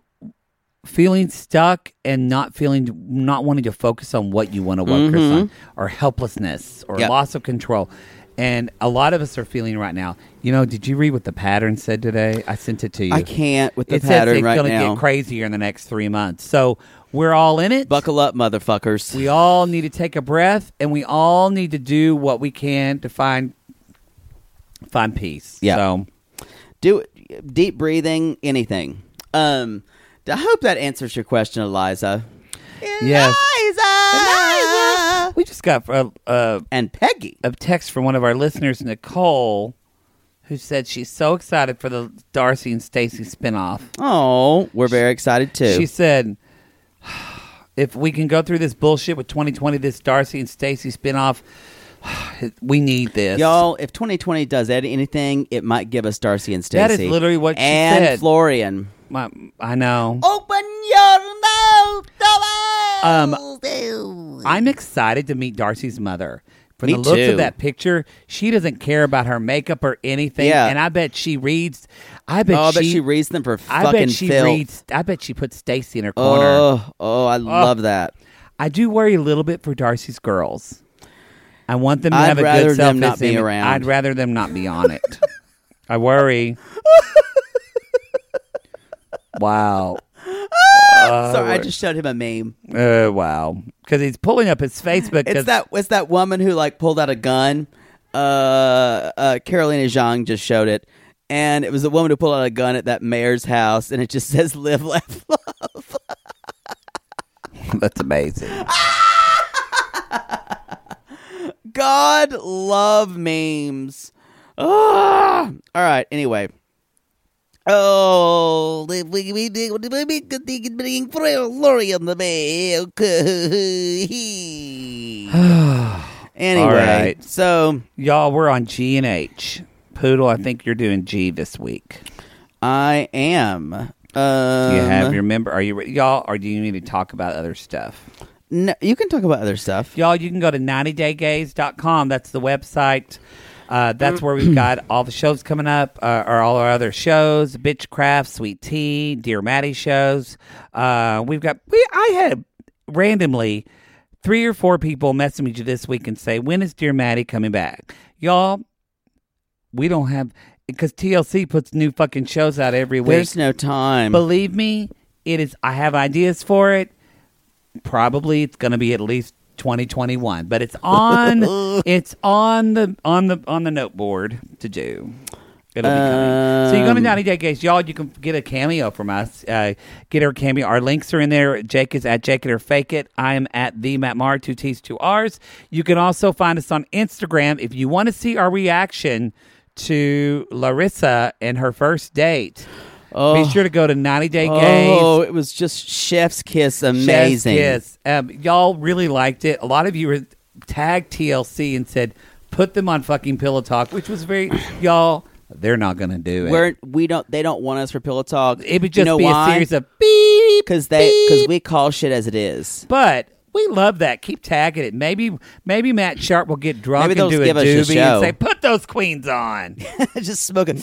feeling stuck and not feeling, not wanting to focus on what you want to focus
Mhm.
on,
Mm-hmm.
or helplessness, or
Yep.
loss of control. And a lot of us are feeling right now. You know, did you read what the pattern said today? I sent it to you.
I can't with the
it says
pattern
it's
right
gonna
now.
Get crazier in the next three months. So we're all in it.
Buckle up, motherfuckers.
We all need to take a breath, and we all need to do what we can to find find peace.
Yeah.
So
Do it- deep breathing, anything. Um, I hope that answers your question, Eliza.
yes.
Eliza!
We just got a, a
and Peggy
a text from one of our listeners, Nicole, who said she's so excited for the Darcy and Stacy spinoff.
Oh, we're very excited too.
She said, "If we can go through this bullshit with 2020, this Darcy and Stacy spinoff, we need this."
Y'all, if 2020 does ed- anything, it might give us Darcy and Stacy.
That is literally what she
and
said.
Florian.
My, I know.
Open your mouth.
Um, I'm excited to meet Darcy's mother. From
Me
the looks
too.
of that picture, she doesn't care about her makeup or anything.
Yeah.
And I bet she reads. I bet,
Oh, I
she,
bet she reads them for
I
fucking
bet she
filth.
reads. I bet she puts Stacy in her corner.
Oh, oh, I love that.
I do worry a little bit for Darcy's girls. I want them to
I'd
have a
rather
good
them
self
not be around.
I'd rather them not be on it. I worry. wow.
Sorry, I just showed him a meme.
Uh, wow. Because he's pulling up his Facebook.
It's that it's that woman who like pulled out a gun. Uh, uh Carolina Zhang just showed it, And it was a woman who pulled out a gun at that mayor's house, and it just says "Live, laugh, love."
That's amazing.
God love memes. Ah! All right. Anyway. Oh, we we we we we could think bring glory on the bay. anyway,
All right.
so
y'all, we're on G and H. Poodle, I think you're doing G this week.
I am. Um,
you have your member. Are you re- y'all? Or do you need to talk about other stuff?
No, you can talk about other stuff.
Y'all, you can go to 90daygays.com. That's the website. Uh, that's where we've got all the shows coming up, uh, or all our other shows, Bitchcraft, Sweet Tea, Dear Maddie shows. Uh, we've got, we, I had randomly three or four people message me this week and say, when is Dear Maddie coming back? Y'all, we don't have, because TLC puts new fucking shows out every week.
There's no time.
Believe me, it is. I have ideas for it. Probably it's going to be at least 2021, but it's on. it's on the on the on the note board to do. It'll be coming. So you go to
Um,
90 Day Gays, y'all. You can get a cameo from us. Uh, get our cameo. Our links are in there. Jake is at Jake It or Fake It. I am at the Matt Maher, two T's, two R's. You can also find us on Instagram if you want to see our reaction to Larissa and her first date. Be sure to go to 90 Day Gays.
Oh, it was just chef's kiss,
Chef's
amazing.
kiss. Um, y'all really liked it. A lot of you were tagged TLC and said, put them on fucking Pillow Talk, which was very, y'all, they're not going to do it.
We're we don't they don't want us for pillow talk.
It would
you
just
know
be
why?
a series of,
because they because we call shit as it is.
but we love that. Keep tagging it. Maybe maybe Matt Sharp will get drunk
Maybe
and
they'll
do a
give us a
doobie
show.
and say, put those queens on.
just smoking.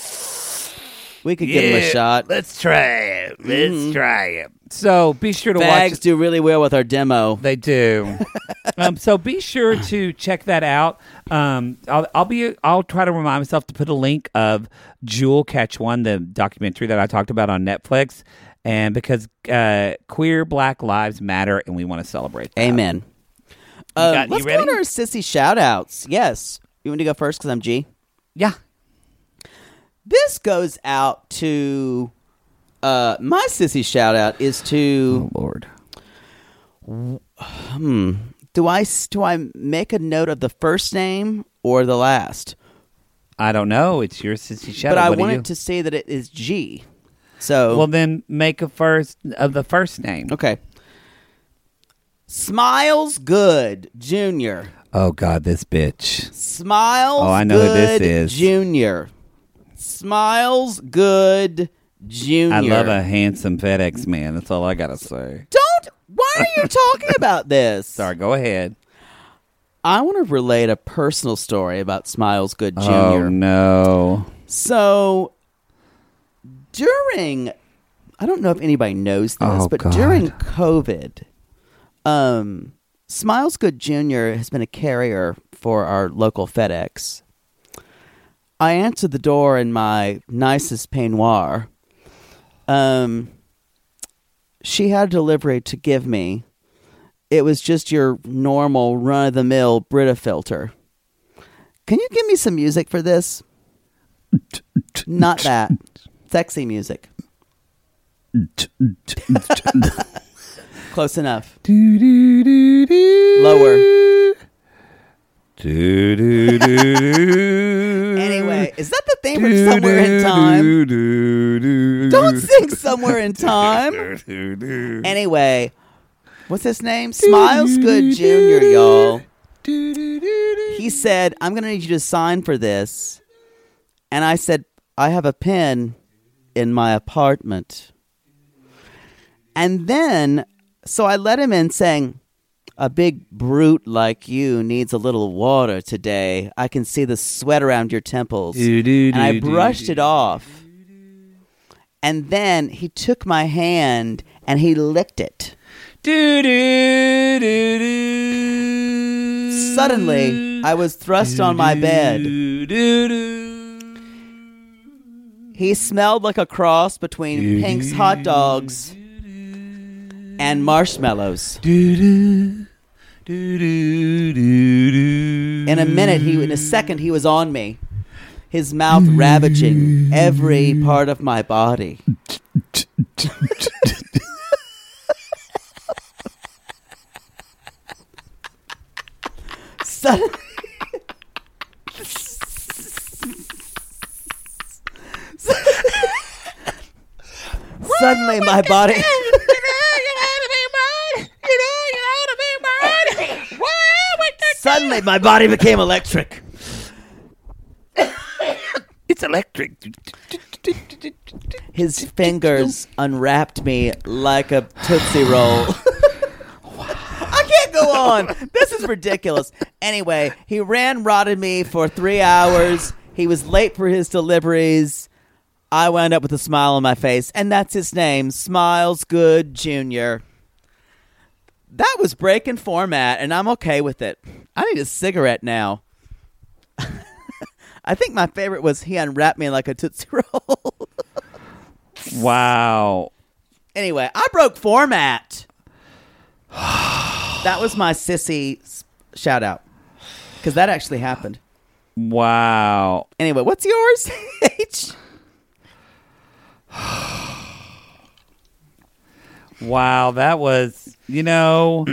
We could give them a
Yeah,
shot. Mm-hmm.
Let's try it. Let's try it. So be sure to watch
Fags do really well with our demo.
They do. um, so be sure to check that out. Um, I'll, I'll be. I'll try to remind myself to put a link of Jewel Catch One, the documentary that I talked about on Netflix, and because uh, queer Black lives matter, and we want to celebrate. That.
Amen.
got-
Um,
you
let's
ready?
go on our sissy shout outs. Yes. You want to go first because I'm G?
Yeah.
This goes out to uh, my sissy shout out is
Oh,
to
Lord.
Hmm. Do I s- do I make a note of the first name or the last?
I don't know. It's your sissy shout.
but I
What do
wanted
you-
to say that it is G. So
Well, then make a first of the first name.
Okay. Smiles Good Junior.
Oh God, this bitch.
Smiles.
Oh, I know who this
Good
is.
Junior. Smiles Good Junior.
I love a handsome FedEx man. That's all I gotta say.
Don't. Why are you talking about this? Sorry.
Go ahead.
I want to relate a personal story about Smiles Good Junior.
Oh no.
So during I don't know if anybody knows this,
Oh,
but
God.
during COVID, um Smiles Good Jr. has been a carrier for our local FedEx. I answered the door in my nicest peignoir. Um she had a delivery to give me. It was just your normal run of the mill Brita filter. Can you give me some music for this? Not that. Sexy music. Close enough. Lower.
Do, do, do, do.
Anyway, is that the theme from Somewhere in Time? Don't sing Somewhere in Time. Anyway, what's his name? Smiles Good Jr., y'all. He said, I'm going to need you to sign for this. And I said, I have a pen in my apartment. And then, so I let him in saying, A big brute like you needs a little water today. I can see the sweat around your temples.
Do, do,
and I
do, do,
brushed
do.
it off. And then he took my hand and he licked it.
Do, do, do, do.
Suddenly, I was thrust on my bed. He smelled like a cross between Pink's hot dogs and marshmallows. In a minute, he in a second, he was on me. his mouth ravaging every part of my body. Suddenly, suddenly my body. Suddenly, my body became electric.
It's electric.
His fingers unwrapped me like a Tootsie Roll. I can't go on. This is ridiculous. Anyway, he ran rotted me for three hours. He was late for his deliveries. I wound up with a smile on my face, and that's his name, Smiles Good Jr. That was breaking format, and I'm okay with it. I need a cigarette now. I think my favorite was he unwrapped me like a Tootsie Roll.
Wow.
Anyway, I broke format. that was my sissy s- shout out because that actually happened.
Wow.
Anyway, what's yours, H?
Wow, that was, you know,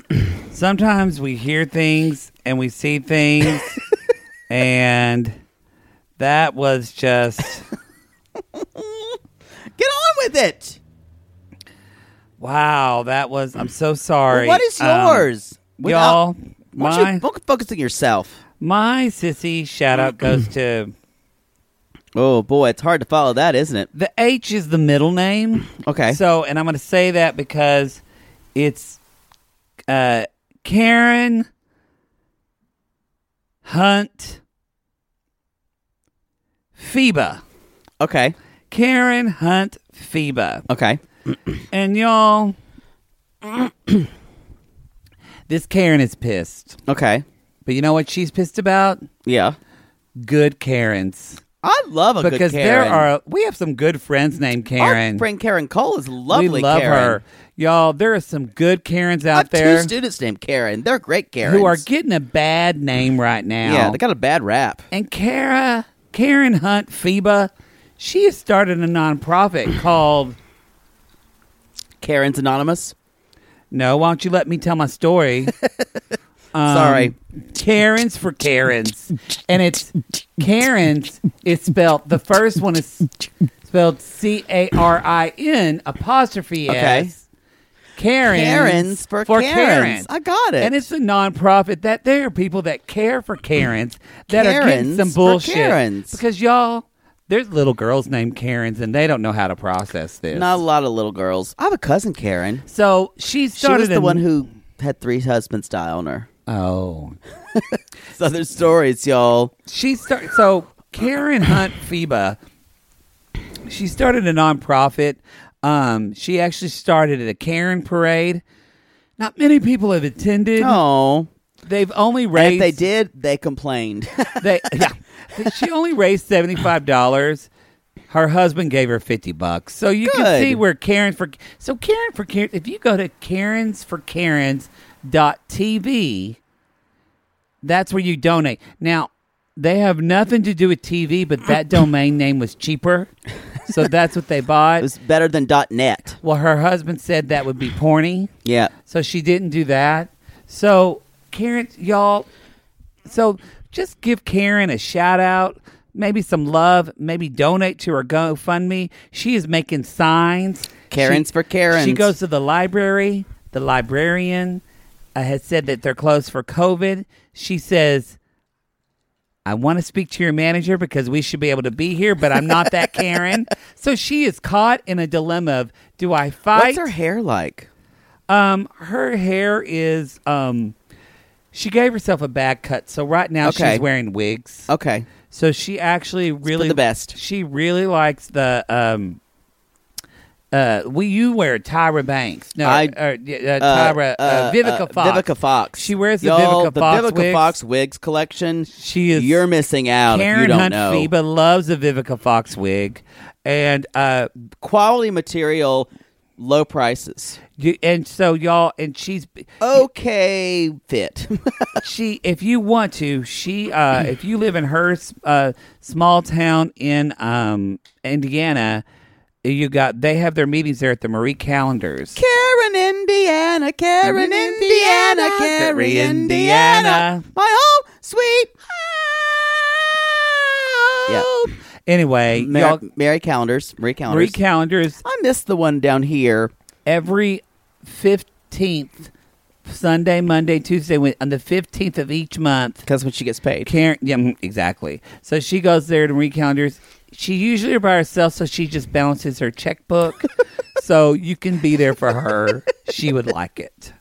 sometimes we hear things and we see things, and that was just.
Get on with it.
Wow, that was. I'm so sorry.
Well, what is
Um,
yours?
y'all,
Why don't you
my
fo- focus on yourself.
my sissy shout out goes to
Oh boy, it's hard to follow that, isn't it?
the H is the middle name.
Okay.
So, and I'm going to say that because it's uh, Karen Hunt Phoeba.
Okay.
Karen Hunt Phoeba.
Okay.
And y'all, this Karen is pissed.
Okay.
But you know what she's pissed about?
Yeah.
Good Karens.
I love a
because
good Karen.
there are we have some good friends named Karen.
Our friend Karen Cole is lovely.
we love
Karen.
her, y'all. There are some good Karens out
I have
there
two students named Karen. They're great Karens.
who are getting a bad name right now.
Yeah, they got a bad rap.
and Kara Karen Hunt Phoeba, she has started a nonprofit called
Karen's Anonymous.
No, why don't you let me tell my story? Um,
Sorry.
Karens for Karens. And it's Karens is spelled, the first one is spelled C A R I N apostrophe
Okay.
S. Karens,
Karens for Karens. I got it.
And it's a nonprofit that there are people that care for Karens that are getting
Karens
some
for
bullshit.
Karens.
Because y'all, there's little girls named Karens and they don't know how to process this.
Not a lot of little girls. I have a cousin Karen.
So
She
she started
was the
a-
one who had three husbands die on her.
Oh,
It's other stories, y'all.
she started so Karen Hunt Phoeba. She started a nonprofit. Um, she actually started at a Karen parade. Not many people have attended.
Oh,
They've only
and if
raised
they did, they complained.
they yeah. She only raised seventy five dollars. Her husband gave her fifty bucks. So you can
Good.
see where Karen for so Karen for Karen. If you go to Karens for Karens dot TV, that's where you donate. Now they have nothing to do with TV, but that domain name was cheaper, so that's what they
it
bought.
was better than .net.
well, her husband said that would be porny.
Yeah.
So she didn't do that. So Karen, y'all, so just give Karen a shout out, maybe some love, maybe donate to her GoFundMe. She is making signs.
Karens
She-
for Karens.
She goes to the library. The librarian uh, has said that they're closed for COVID. She says, I want to speak to your manager because we should be able to be here, but I'm not that Karen. so she is caught in a dilemma of do I fight?
What's her hair like?
Um, her hair is um, she gave herself a bad cut, so right now
Okay.
she's wearing wigs.
Okay.
So she actually really
the best.
She really likes the um. Uh, will you wear Tyra Banks? No,
I-
or, uh, Tyra uh, Vivica Fox.
Vivica Fox.
She wears the
Y'all,
Vivica Fox
The Vivica
wigs.
Fox wigs collection.
She is-
You're missing out. if you
Karen
don't
Hunt
know.
Phoebe loves a Vivica Fox wig, and uh,
Quality material. low prices.
and so y'all, and she's
okay fit.
she, if you want to, she, uh, if you live in her uh, small town in um, Indiana, you got they have their meetings there at the Marie Calendars.
Karen, Indiana, Karen, Indiana, Karen,
Gary,
Indiana.
Indiana.
My home, sweet. Yeah.
Anyway,
Mary,
y'all-
Mary Calendars, Mary Calendars,
Marie Calendars.
I missed the one down here.
Every fifteenth Sunday, Monday, Tuesday, when- on the fifteenth of each month,
because when she gets paid,
Karen. Yeah, mm, exactly. So she goes there to Marie Calendars. She usually are by herself, so she just balances her checkbook. so you can be there for her. She would like it.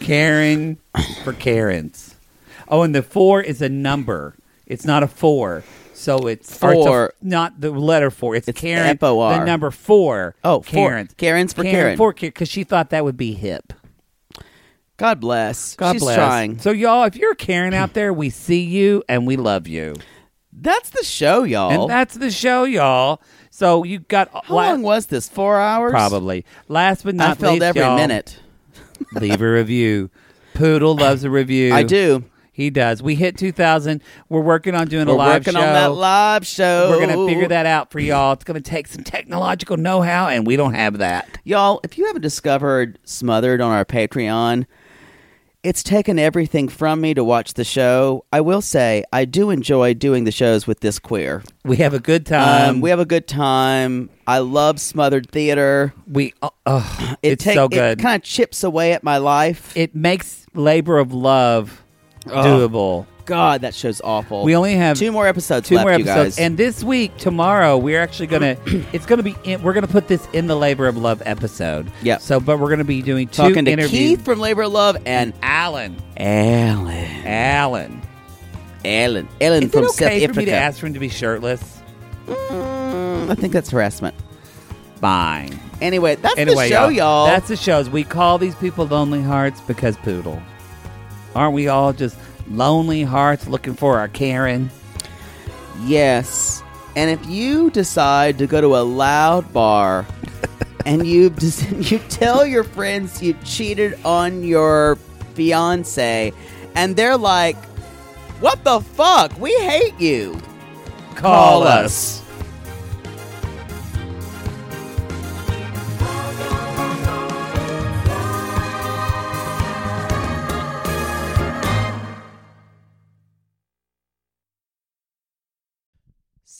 Karen for Karens. Oh, and the four is a number. It's not a four. So it's or it's a-
Four.
not the letter four. It's, Karen.
F-O-R.
The number four.
Oh, four.
Karens.
Karens for Karen.
for because she thought that would be hip.
God bless.
God
She's
bless.
trying.
So y'all, if you're a Karen out there, we see you and we love you.
That's the show, y'all.
And that's the show, y'all. So you got
Oh. How long was this? Four hours?
Probably. Last but not
I felt
least,
every
y'all,
minute.
leave a review. Poodle loves a review.
I do.
He does. We hit 2,000. We're working on doing
We're
a live
working
show.
on that live show.
We're going to figure that out for y'all. It's going to take some technological know-how, and we don't have that.
Y'all, if you haven't discovered Smothered on our Patreon, it's taken everything from me to watch the show. I will say, I do enjoy doing the shows with this queer.
We have a good time.
Um, we have a good time. I love Smothered Theater.
We, uh, ugh, it's
take-
so
It
good.
kind of chips away at my life.
It makes labor of love
Ugh.
doable.
God, that show's awful.
We only have
two more episodes.
two
left,
more
you
episodes,
guys.
and this week, tomorrow, we're actually gonna. it's gonna be. In, we're gonna put this in the labor of love episode.
Yeah.
So, but we're gonna be doing two
talking to
interviews.
Keith from Labor of Love and
Alan,
Alan,
Alan,
Alan, Alan
Is
from
it okay
South
for me to
Africa.
ask for him to be shirtless?
Mm, I think that's harassment.
Fine.
Anyway, that's
anyway,
the show, y'all.
That's the shows. We call these people lonely hearts because poodle. Aren't we all just lonely hearts looking for our Karen?
Yes. And if you decide to go to a loud bar and you des- you tell your friends you cheated on your fiance and they're like, "What the fuck? We hate you."
Call, us.